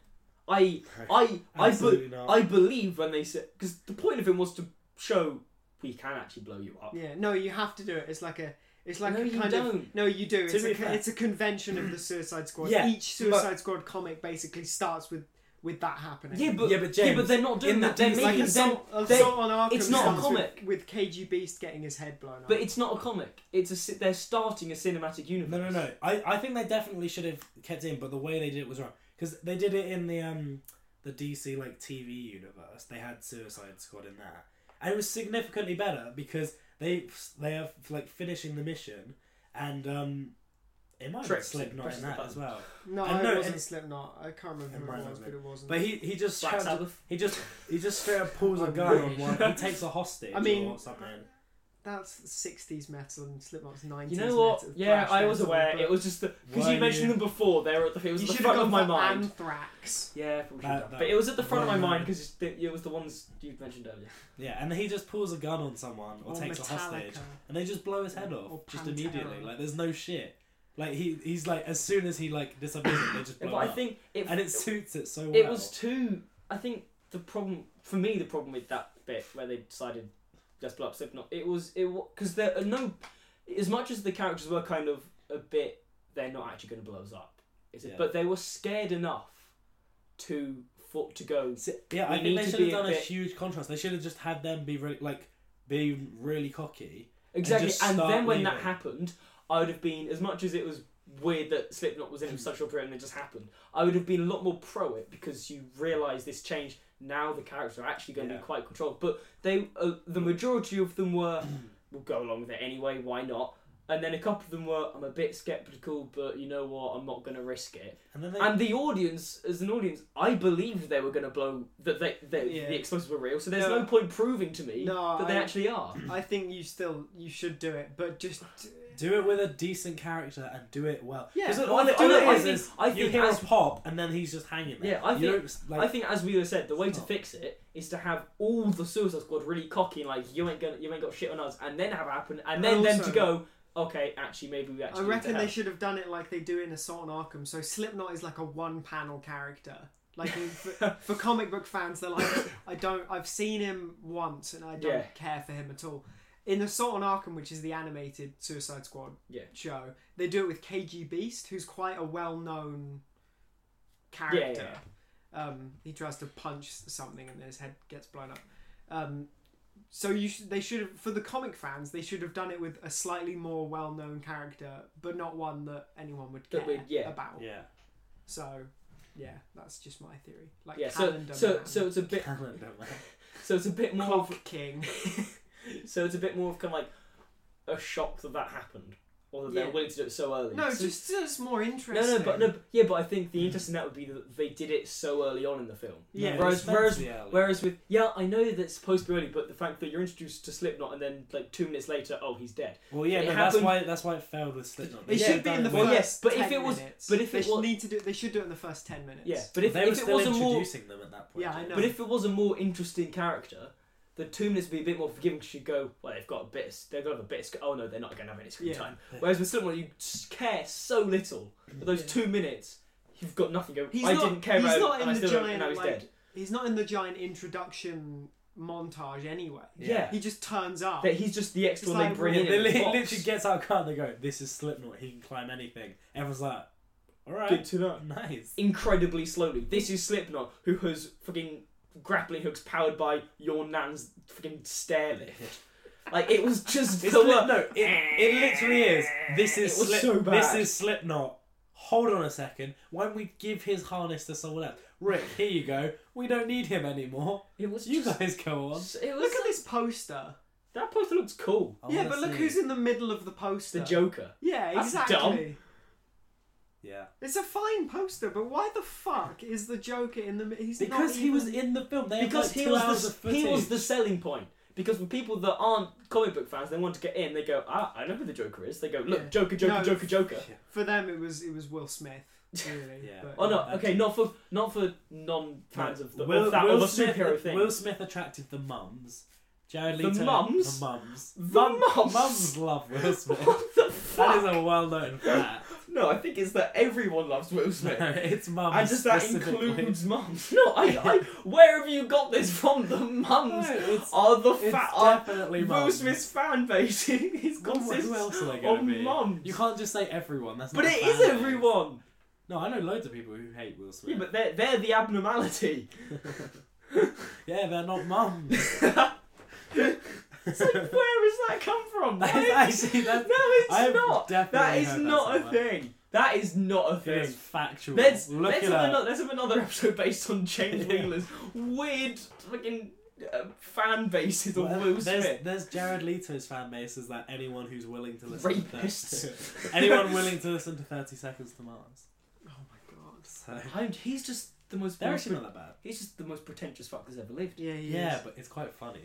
Speaker 3: I I I be,
Speaker 2: Absolutely not.
Speaker 3: I believe when they said because the point of him was to show we can actually blow you up.
Speaker 1: yeah, no, you have to do it. It's like a. It's like
Speaker 3: no,
Speaker 1: a
Speaker 3: you
Speaker 1: kind of.
Speaker 3: don't.
Speaker 1: No, you do.
Speaker 2: To
Speaker 1: It's
Speaker 2: be
Speaker 1: a,
Speaker 2: fair-
Speaker 1: it's a convention of the Suicide Squad.
Speaker 2: Yeah,
Speaker 1: Each Suicide Squad comic basically starts with with that happening.
Speaker 3: Yeah, but
Speaker 2: Yeah,
Speaker 3: yeah,
Speaker 2: but
Speaker 3: but, yeah,
Speaker 2: James,
Speaker 3: but they're not doing
Speaker 2: in the
Speaker 3: that. They're
Speaker 2: DC
Speaker 1: like
Speaker 3: making them.
Speaker 1: Assault,
Speaker 3: they-
Speaker 1: Assault on Arkham
Speaker 3: it's not a
Speaker 1: starts with-
Speaker 3: comic.
Speaker 1: with, KG Beast getting his head blown off.
Speaker 3: But it's not a comic. It's a ci- they're starting a cinematic universe.
Speaker 2: No, no, no. I, I think they definitely should have kept it in, but the way they did it was wrong because they did it in the um the DC like TV universe. They had Suicide Squad in that, and it was significantly better because they they are like finishing the mission, and um it might have been
Speaker 3: Trips,
Speaker 2: Slipknot
Speaker 3: presses
Speaker 2: in
Speaker 3: the
Speaker 2: that
Speaker 3: button.
Speaker 2: as well.
Speaker 1: no,
Speaker 2: and
Speaker 1: it
Speaker 2: no,
Speaker 1: wasn't
Speaker 2: it's-
Speaker 1: Slipknot. I can't remember
Speaker 2: It
Speaker 1: who
Speaker 2: might
Speaker 1: it
Speaker 2: not
Speaker 1: was,
Speaker 2: have
Speaker 1: but it wasn't.
Speaker 2: But he he just
Speaker 3: Black
Speaker 2: shouted-
Speaker 3: Sabbath.
Speaker 2: he just he just straight up pulls a
Speaker 1: Oh,
Speaker 2: gun on
Speaker 1: really?
Speaker 2: one. He takes a hostage.
Speaker 1: I mean-
Speaker 2: or something.
Speaker 1: That's 60s metal and Slipknot's 90s
Speaker 3: You know what?
Speaker 1: metal.
Speaker 3: Yeah,
Speaker 1: thrash
Speaker 3: I was
Speaker 1: metal,
Speaker 3: aware.
Speaker 1: but
Speaker 3: It was just the because
Speaker 2: Why
Speaker 3: you mentioned
Speaker 2: you-
Speaker 3: them before. They were at the it was
Speaker 1: you
Speaker 3: at the
Speaker 1: should
Speaker 3: front
Speaker 1: have
Speaker 3: of
Speaker 1: gone
Speaker 3: my
Speaker 1: for
Speaker 3: mind.
Speaker 1: Anthrax.
Speaker 3: Yeah, probably
Speaker 2: That-
Speaker 3: should have.
Speaker 2: that-
Speaker 3: But it was at the front of my
Speaker 2: Yeah.
Speaker 3: mind because it was the ones you mentioned earlier.
Speaker 2: Yeah, and he just pulls a gun on someone or,
Speaker 1: Or
Speaker 2: takes a hostage.
Speaker 1: Metallica.
Speaker 2: and they just blow his head off
Speaker 1: Or
Speaker 2: just
Speaker 1: Pantera.
Speaker 2: immediately. Like there's no shit. Like he he's like as soon as he like disappears, they just
Speaker 3: Yeah,
Speaker 2: blow
Speaker 3: but I
Speaker 2: up.
Speaker 3: think it
Speaker 2: and it suits it so well.
Speaker 3: it was too. I think the problem for me, the problem with that bit where they decided just blow up Slipknot, it was it because there are no. As much as the characters were kind of a bit, they're not actually going to blow us up, is it?
Speaker 2: Yeah.
Speaker 3: But they were scared enough to for, to go.
Speaker 2: yeah,
Speaker 3: we
Speaker 2: I
Speaker 3: need
Speaker 2: think they
Speaker 3: to
Speaker 2: should have
Speaker 3: be a
Speaker 2: done a,
Speaker 3: bit-
Speaker 2: huge contrast. They should have just had them be really like be really cocky.
Speaker 3: Exactly,
Speaker 2: just
Speaker 3: and,
Speaker 2: start
Speaker 3: then when that
Speaker 2: leaving.
Speaker 3: happened, I would have been as much as it was weird that Slipknot was in such a short period and it just happened. I would have been a lot more pro it because you realise this change now. The characters are actually going to
Speaker 2: Yeah.
Speaker 3: be quite controlled, but they uh, the majority of them were. we'll go along with it anyway. Why not? and then a couple of them were, I'm a bit skeptical, but you know what, I'm not gonna risk it.
Speaker 2: And then they
Speaker 3: And the audience, as an audience, I believed they were going to blow that they, they
Speaker 1: Yeah.
Speaker 3: the explosives were real. So there's
Speaker 1: No.
Speaker 3: no, point proving to me
Speaker 1: No,
Speaker 3: that they
Speaker 1: I-
Speaker 3: actually are.
Speaker 1: I think you still you should do it, but just
Speaker 2: do it with a decent character and do it well.
Speaker 1: Yeah.
Speaker 2: 'Cause
Speaker 3: I-
Speaker 2: all,
Speaker 3: I-
Speaker 2: all it
Speaker 3: I
Speaker 2: is
Speaker 3: think-
Speaker 2: is
Speaker 3: I
Speaker 2: you
Speaker 3: think
Speaker 2: hear
Speaker 3: as-
Speaker 2: a pop and then he's just hanging there.
Speaker 3: Yeah, I
Speaker 2: You
Speaker 3: think-
Speaker 2: don't, like,
Speaker 3: I think, as we said, the way to
Speaker 2: Stop.
Speaker 3: fix it is to have all the Suicide Squad really cocky, and like you ain't gonna, you ain't got shit on us, and then have it happen, and then them
Speaker 1: Also-
Speaker 3: to go, okay, actually maybe we
Speaker 1: I
Speaker 3: actually. need to
Speaker 1: reckon they
Speaker 3: help."
Speaker 1: should have done it like they do in Assault on Arkham. So Slipknot is like a one-panel character. Like in- for, for comic book fans, they're like, I don't. I've seen him once, and I don't
Speaker 3: Yeah.
Speaker 1: care for him at all. In Assault on Arkham, which is the animated Suicide Squad
Speaker 3: Yeah.
Speaker 1: show, they do it with KG Beast, who's quite a well-known character.
Speaker 3: yeah.
Speaker 1: Um, he tries to punch something, and then his head gets blown up. Um, so you sh- they should have for the comic fans they should have done it with a slightly more well-known character but not one that anyone would care
Speaker 3: That would- yeah.
Speaker 1: about
Speaker 2: yeah.
Speaker 1: so yeah that's just my theory like
Speaker 3: Yeah, so
Speaker 1: calendar
Speaker 3: so
Speaker 1: man,
Speaker 3: so it's a bit
Speaker 2: Calendar man.
Speaker 3: so it's a bit more of
Speaker 1: clock king
Speaker 3: so it's a bit more of kind of like a shock that that happened, or that
Speaker 1: Yeah.
Speaker 3: they're willing to do it so early.
Speaker 1: no
Speaker 3: So-
Speaker 1: just just more
Speaker 3: No,
Speaker 1: interesting
Speaker 3: no, but no, but- yeah, but I think the interest in that would be that they did it so early on in the film.
Speaker 1: Yeah.
Speaker 2: No,
Speaker 3: Whereas-
Speaker 2: it's
Speaker 3: whereas-
Speaker 2: meant to be early.
Speaker 3: Whereas with yeah, I know that it's supposed to be early, but the fact that you're introduced to Slipknot and then like two minutes later, oh, he's dead.
Speaker 2: well, yeah,
Speaker 3: it
Speaker 2: no, that's
Speaker 3: happened-
Speaker 2: why that's why it failed with Slipknot.
Speaker 1: it
Speaker 3: Yeah,
Speaker 1: should be in the
Speaker 2: Well,
Speaker 1: first
Speaker 3: yeah, but if
Speaker 1: 10
Speaker 3: it was-
Speaker 1: minutes.
Speaker 3: but if
Speaker 1: they
Speaker 3: it
Speaker 1: should
Speaker 3: was-
Speaker 1: need to do they should do it in the first 10 minutes
Speaker 3: Yeah, but if,
Speaker 2: they were
Speaker 3: if it
Speaker 2: still
Speaker 3: was a more
Speaker 2: introducing them at that point.
Speaker 1: Yeah, I know.
Speaker 3: but if it was a more interesting character, the two minutes would be a bit more forgiving. 'cause You'd go, well, they've got a bit, of, they've got a bit. Of, sc- oh no, they're not going to have any screen
Speaker 1: Yeah.
Speaker 3: time. Whereas with Slipknot, you s- care so little for those
Speaker 1: Yeah.
Speaker 3: two minutes. You've got nothing. Go,
Speaker 1: He's
Speaker 3: I
Speaker 1: not-
Speaker 3: didn't care
Speaker 1: he's
Speaker 3: about him,
Speaker 1: not
Speaker 3: and
Speaker 1: in
Speaker 3: I
Speaker 1: the
Speaker 3: still don't- and now
Speaker 1: giant,
Speaker 3: he's
Speaker 1: like,
Speaker 3: dead.
Speaker 1: he's not in the giant introduction montage anyway
Speaker 3: Yeah.
Speaker 1: he just turns up
Speaker 3: That he's just the extra
Speaker 1: It's
Speaker 3: one they
Speaker 1: like-
Speaker 3: bring
Speaker 2: Yeah,
Speaker 3: in.
Speaker 2: they
Speaker 3: in
Speaker 2: li-
Speaker 3: the box.
Speaker 2: literally gets out of the car and they go, "This is Slipknot. He can climb anything." Everyone's like, "All
Speaker 3: Good
Speaker 2: right,
Speaker 3: to know.
Speaker 2: nice."
Speaker 3: incredibly slowly. This is Slipknot, who has fucking grappling hooks powered by your nan's fucking stair lift. Like it was just
Speaker 2: It's
Speaker 3: the
Speaker 2: li-
Speaker 3: wor-
Speaker 2: no, it, it literally is. This is
Speaker 3: It was
Speaker 2: Slip-
Speaker 3: so bad.
Speaker 2: This is Slipknot. Hold on a second. Why don't we give his harness to someone else? Rick, here you go. We don't need him anymore.
Speaker 3: It was
Speaker 2: You
Speaker 3: just.
Speaker 2: guys go on.
Speaker 3: It was
Speaker 1: look at this poster
Speaker 3: that poster looks cool.
Speaker 2: I
Speaker 1: yeah
Speaker 2: wanna
Speaker 1: but look
Speaker 2: see.
Speaker 1: who's in the middle of the
Speaker 3: It's
Speaker 1: poster
Speaker 3: Oh, the Joker.
Speaker 1: Yeah,
Speaker 3: That's
Speaker 1: exactly.
Speaker 3: dumb.
Speaker 2: Yeah,
Speaker 1: It's a fine poster, but why the fuck is the Joker in the? mi- He's not
Speaker 2: because he was
Speaker 1: even-
Speaker 2: in the film. They had,
Speaker 3: Because
Speaker 2: like,
Speaker 3: he
Speaker 2: two hours
Speaker 3: was
Speaker 2: of
Speaker 3: the he was
Speaker 2: footage.
Speaker 3: the selling point. Because for people that aren't comic book fans, they want to get in. They go, ah, I know who the Joker is. They go, look,
Speaker 1: Yeah.
Speaker 3: Joker, Joker,
Speaker 1: No.
Speaker 3: Joker, Joker.
Speaker 1: For them, it was it was Will Smith. Really.
Speaker 2: Yeah.
Speaker 1: But,
Speaker 3: Oh no,
Speaker 2: That
Speaker 3: okay, not for not for non fans of the
Speaker 2: Will,
Speaker 3: of that
Speaker 2: Will
Speaker 3: of a
Speaker 2: Smith,
Speaker 3: superhero thing.
Speaker 2: Will Smith attracted the mums. Jared
Speaker 3: The
Speaker 2: Leto.
Speaker 3: mums?
Speaker 2: The mums.
Speaker 3: The
Speaker 2: Mum-
Speaker 3: mums?
Speaker 2: Mums love Will Smith.
Speaker 3: what the
Speaker 2: that
Speaker 3: fuck?
Speaker 2: is a well-known fact.
Speaker 3: No, I think it's that everyone loves Will
Speaker 2: No,
Speaker 3: Smith.
Speaker 2: it's mums.
Speaker 3: And just that
Speaker 2: specifically.
Speaker 3: includes mums. No, I, I. Where have you got this from? The
Speaker 2: No,
Speaker 3: mums
Speaker 2: it's,
Speaker 3: are the
Speaker 2: it's
Speaker 3: fat. Are
Speaker 2: definitely
Speaker 3: Will
Speaker 2: mums.
Speaker 3: Smith's fan base is
Speaker 2: Well, what- who
Speaker 3: consists
Speaker 2: else are they
Speaker 3: of
Speaker 2: going to be?
Speaker 3: mums.
Speaker 2: You can't just say everyone. That's
Speaker 3: but
Speaker 2: not a
Speaker 3: it is
Speaker 2: fan base.
Speaker 3: everyone.
Speaker 2: No, I know loads of people who hate Will Smith.
Speaker 3: Yeah, but they're they're the abnormality.
Speaker 2: Yeah, they're not mums.
Speaker 3: It's like, where has that come from?
Speaker 2: That
Speaker 3: Why
Speaker 2: is
Speaker 3: is-
Speaker 2: actually
Speaker 3: no,
Speaker 2: that's
Speaker 3: it's
Speaker 2: I've
Speaker 3: not. That
Speaker 2: definitely
Speaker 3: is
Speaker 2: heard that
Speaker 3: not a
Speaker 2: somewhere.
Speaker 3: thing. That is not a
Speaker 2: It
Speaker 3: thing.
Speaker 2: is factual.
Speaker 3: Let's
Speaker 2: Look
Speaker 3: let's
Speaker 2: it
Speaker 3: have,
Speaker 2: up.
Speaker 3: another, let's have another episode based on James
Speaker 2: Yeah.
Speaker 3: Wheeler's weird fucking uh, fan bases of
Speaker 2: Well,
Speaker 3: Will
Speaker 2: there's,
Speaker 3: Smith.
Speaker 2: there's Jared Leto's fan base is that anyone who's willing to listen to
Speaker 3: Rapists.
Speaker 2: anyone willing to listen to Thirty Seconds to Mars.
Speaker 1: Oh my god.
Speaker 2: So
Speaker 3: I'm, he's just the most.
Speaker 2: they're
Speaker 3: most
Speaker 2: actually
Speaker 3: pre-
Speaker 2: not that bad.
Speaker 3: he's just the most pretentious fuck that's ever lived.
Speaker 1: Yeah. He
Speaker 2: Yeah,
Speaker 1: Is.
Speaker 2: but it's quite funny.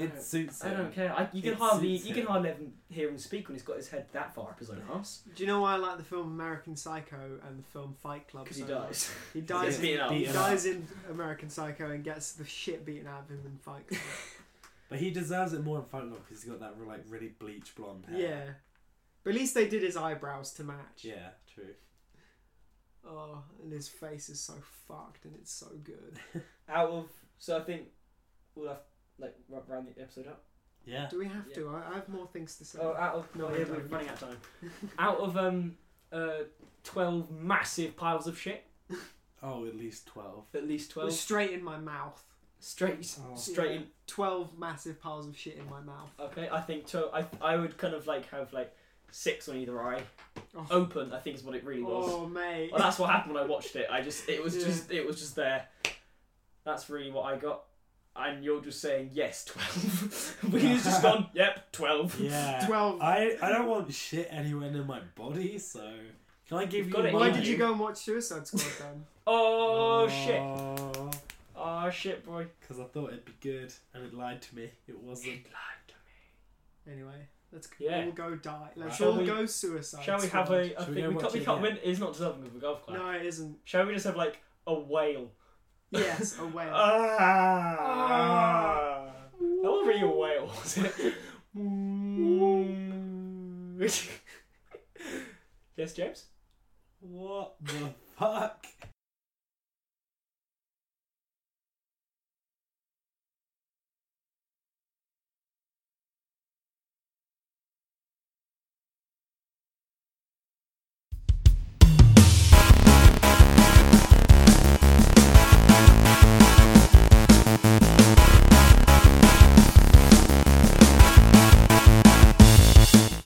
Speaker 3: I
Speaker 2: It
Speaker 3: don't-
Speaker 2: suits.
Speaker 3: I
Speaker 2: him.
Speaker 3: don't care. I, you can
Speaker 2: It
Speaker 3: hardly
Speaker 2: suits
Speaker 3: you can
Speaker 2: him.
Speaker 3: hardly even hear him speak when he's got his head that far up his own ass
Speaker 1: Do you know why I like the film American Psycho and the film Fight Club?
Speaker 3: because he
Speaker 1: so much?
Speaker 3: dies.
Speaker 1: He
Speaker 3: He
Speaker 1: dies.
Speaker 3: gets beaten up.
Speaker 1: He
Speaker 2: Beaten
Speaker 1: dies in American Psycho and gets the shit beaten out of him in Fight Club.
Speaker 2: But he deserves it more in Fight Club because he's got that real, like really bleach blonde hair.
Speaker 1: yeah. But at least they did his eyebrows to match.
Speaker 2: Yeah, true.
Speaker 1: Oh, and his face is so fucked, and it's so good.
Speaker 3: Out of so I think we'll have like r- round the episode up.
Speaker 2: Yeah.
Speaker 1: Do we have to? I, I have more things to say.
Speaker 3: Oh, out of
Speaker 1: No,
Speaker 3: no,
Speaker 1: we
Speaker 3: yeah, we're
Speaker 1: don't.
Speaker 3: running out of time. out of um uh twelve massive piles of shit,
Speaker 2: Oh, at least twelve.
Speaker 3: at least
Speaker 1: It was
Speaker 3: twelve
Speaker 1: Straight in my mouth.
Speaker 3: straight
Speaker 2: Oh.
Speaker 3: straight in Oh,
Speaker 1: 12 massive piles of shit in my mouth.
Speaker 3: Okay, I think so. I I would kind of like have like six on either eye.
Speaker 1: Oh.
Speaker 3: Open, I think is what it really was.
Speaker 1: Oh, mate.
Speaker 3: Well, that's what happened when I watched it. I just it was
Speaker 1: Yeah.
Speaker 3: just it was just there. That's really what I got. and you're just saying yes, twelve. but he's just gone, yep, twelve.
Speaker 2: Yeah.
Speaker 1: Twelve.
Speaker 2: I, I don't want shit anywhere near my body, so can I give
Speaker 3: You've got
Speaker 2: you?
Speaker 3: it
Speaker 1: Why
Speaker 3: in
Speaker 1: did you
Speaker 3: you.
Speaker 1: go and watch Suicide Squad then?
Speaker 3: Oh, shit! Oh shit, boy!
Speaker 2: Because I thought it'd be good, and it lied to me. It
Speaker 3: It lied
Speaker 2: wasn't.
Speaker 3: to
Speaker 1: Anyway, let's
Speaker 3: Yeah.
Speaker 1: all go die. Let's
Speaker 2: Shall
Speaker 1: all
Speaker 3: we-
Speaker 1: go Suicide
Speaker 3: me. Shall we
Speaker 1: Squad.
Speaker 3: have a? I
Speaker 2: Shall we
Speaker 3: think
Speaker 2: go
Speaker 3: we,
Speaker 2: watch
Speaker 3: can't. We
Speaker 2: it
Speaker 3: can't
Speaker 2: again?
Speaker 3: win. It's not deserving of a golf club.
Speaker 1: No, it isn't.
Speaker 3: Shall we just have like a whale?
Speaker 1: Yes, a whale.
Speaker 3: Ah. That wasn't really a whale, was it? yes, James?
Speaker 2: What the fuck?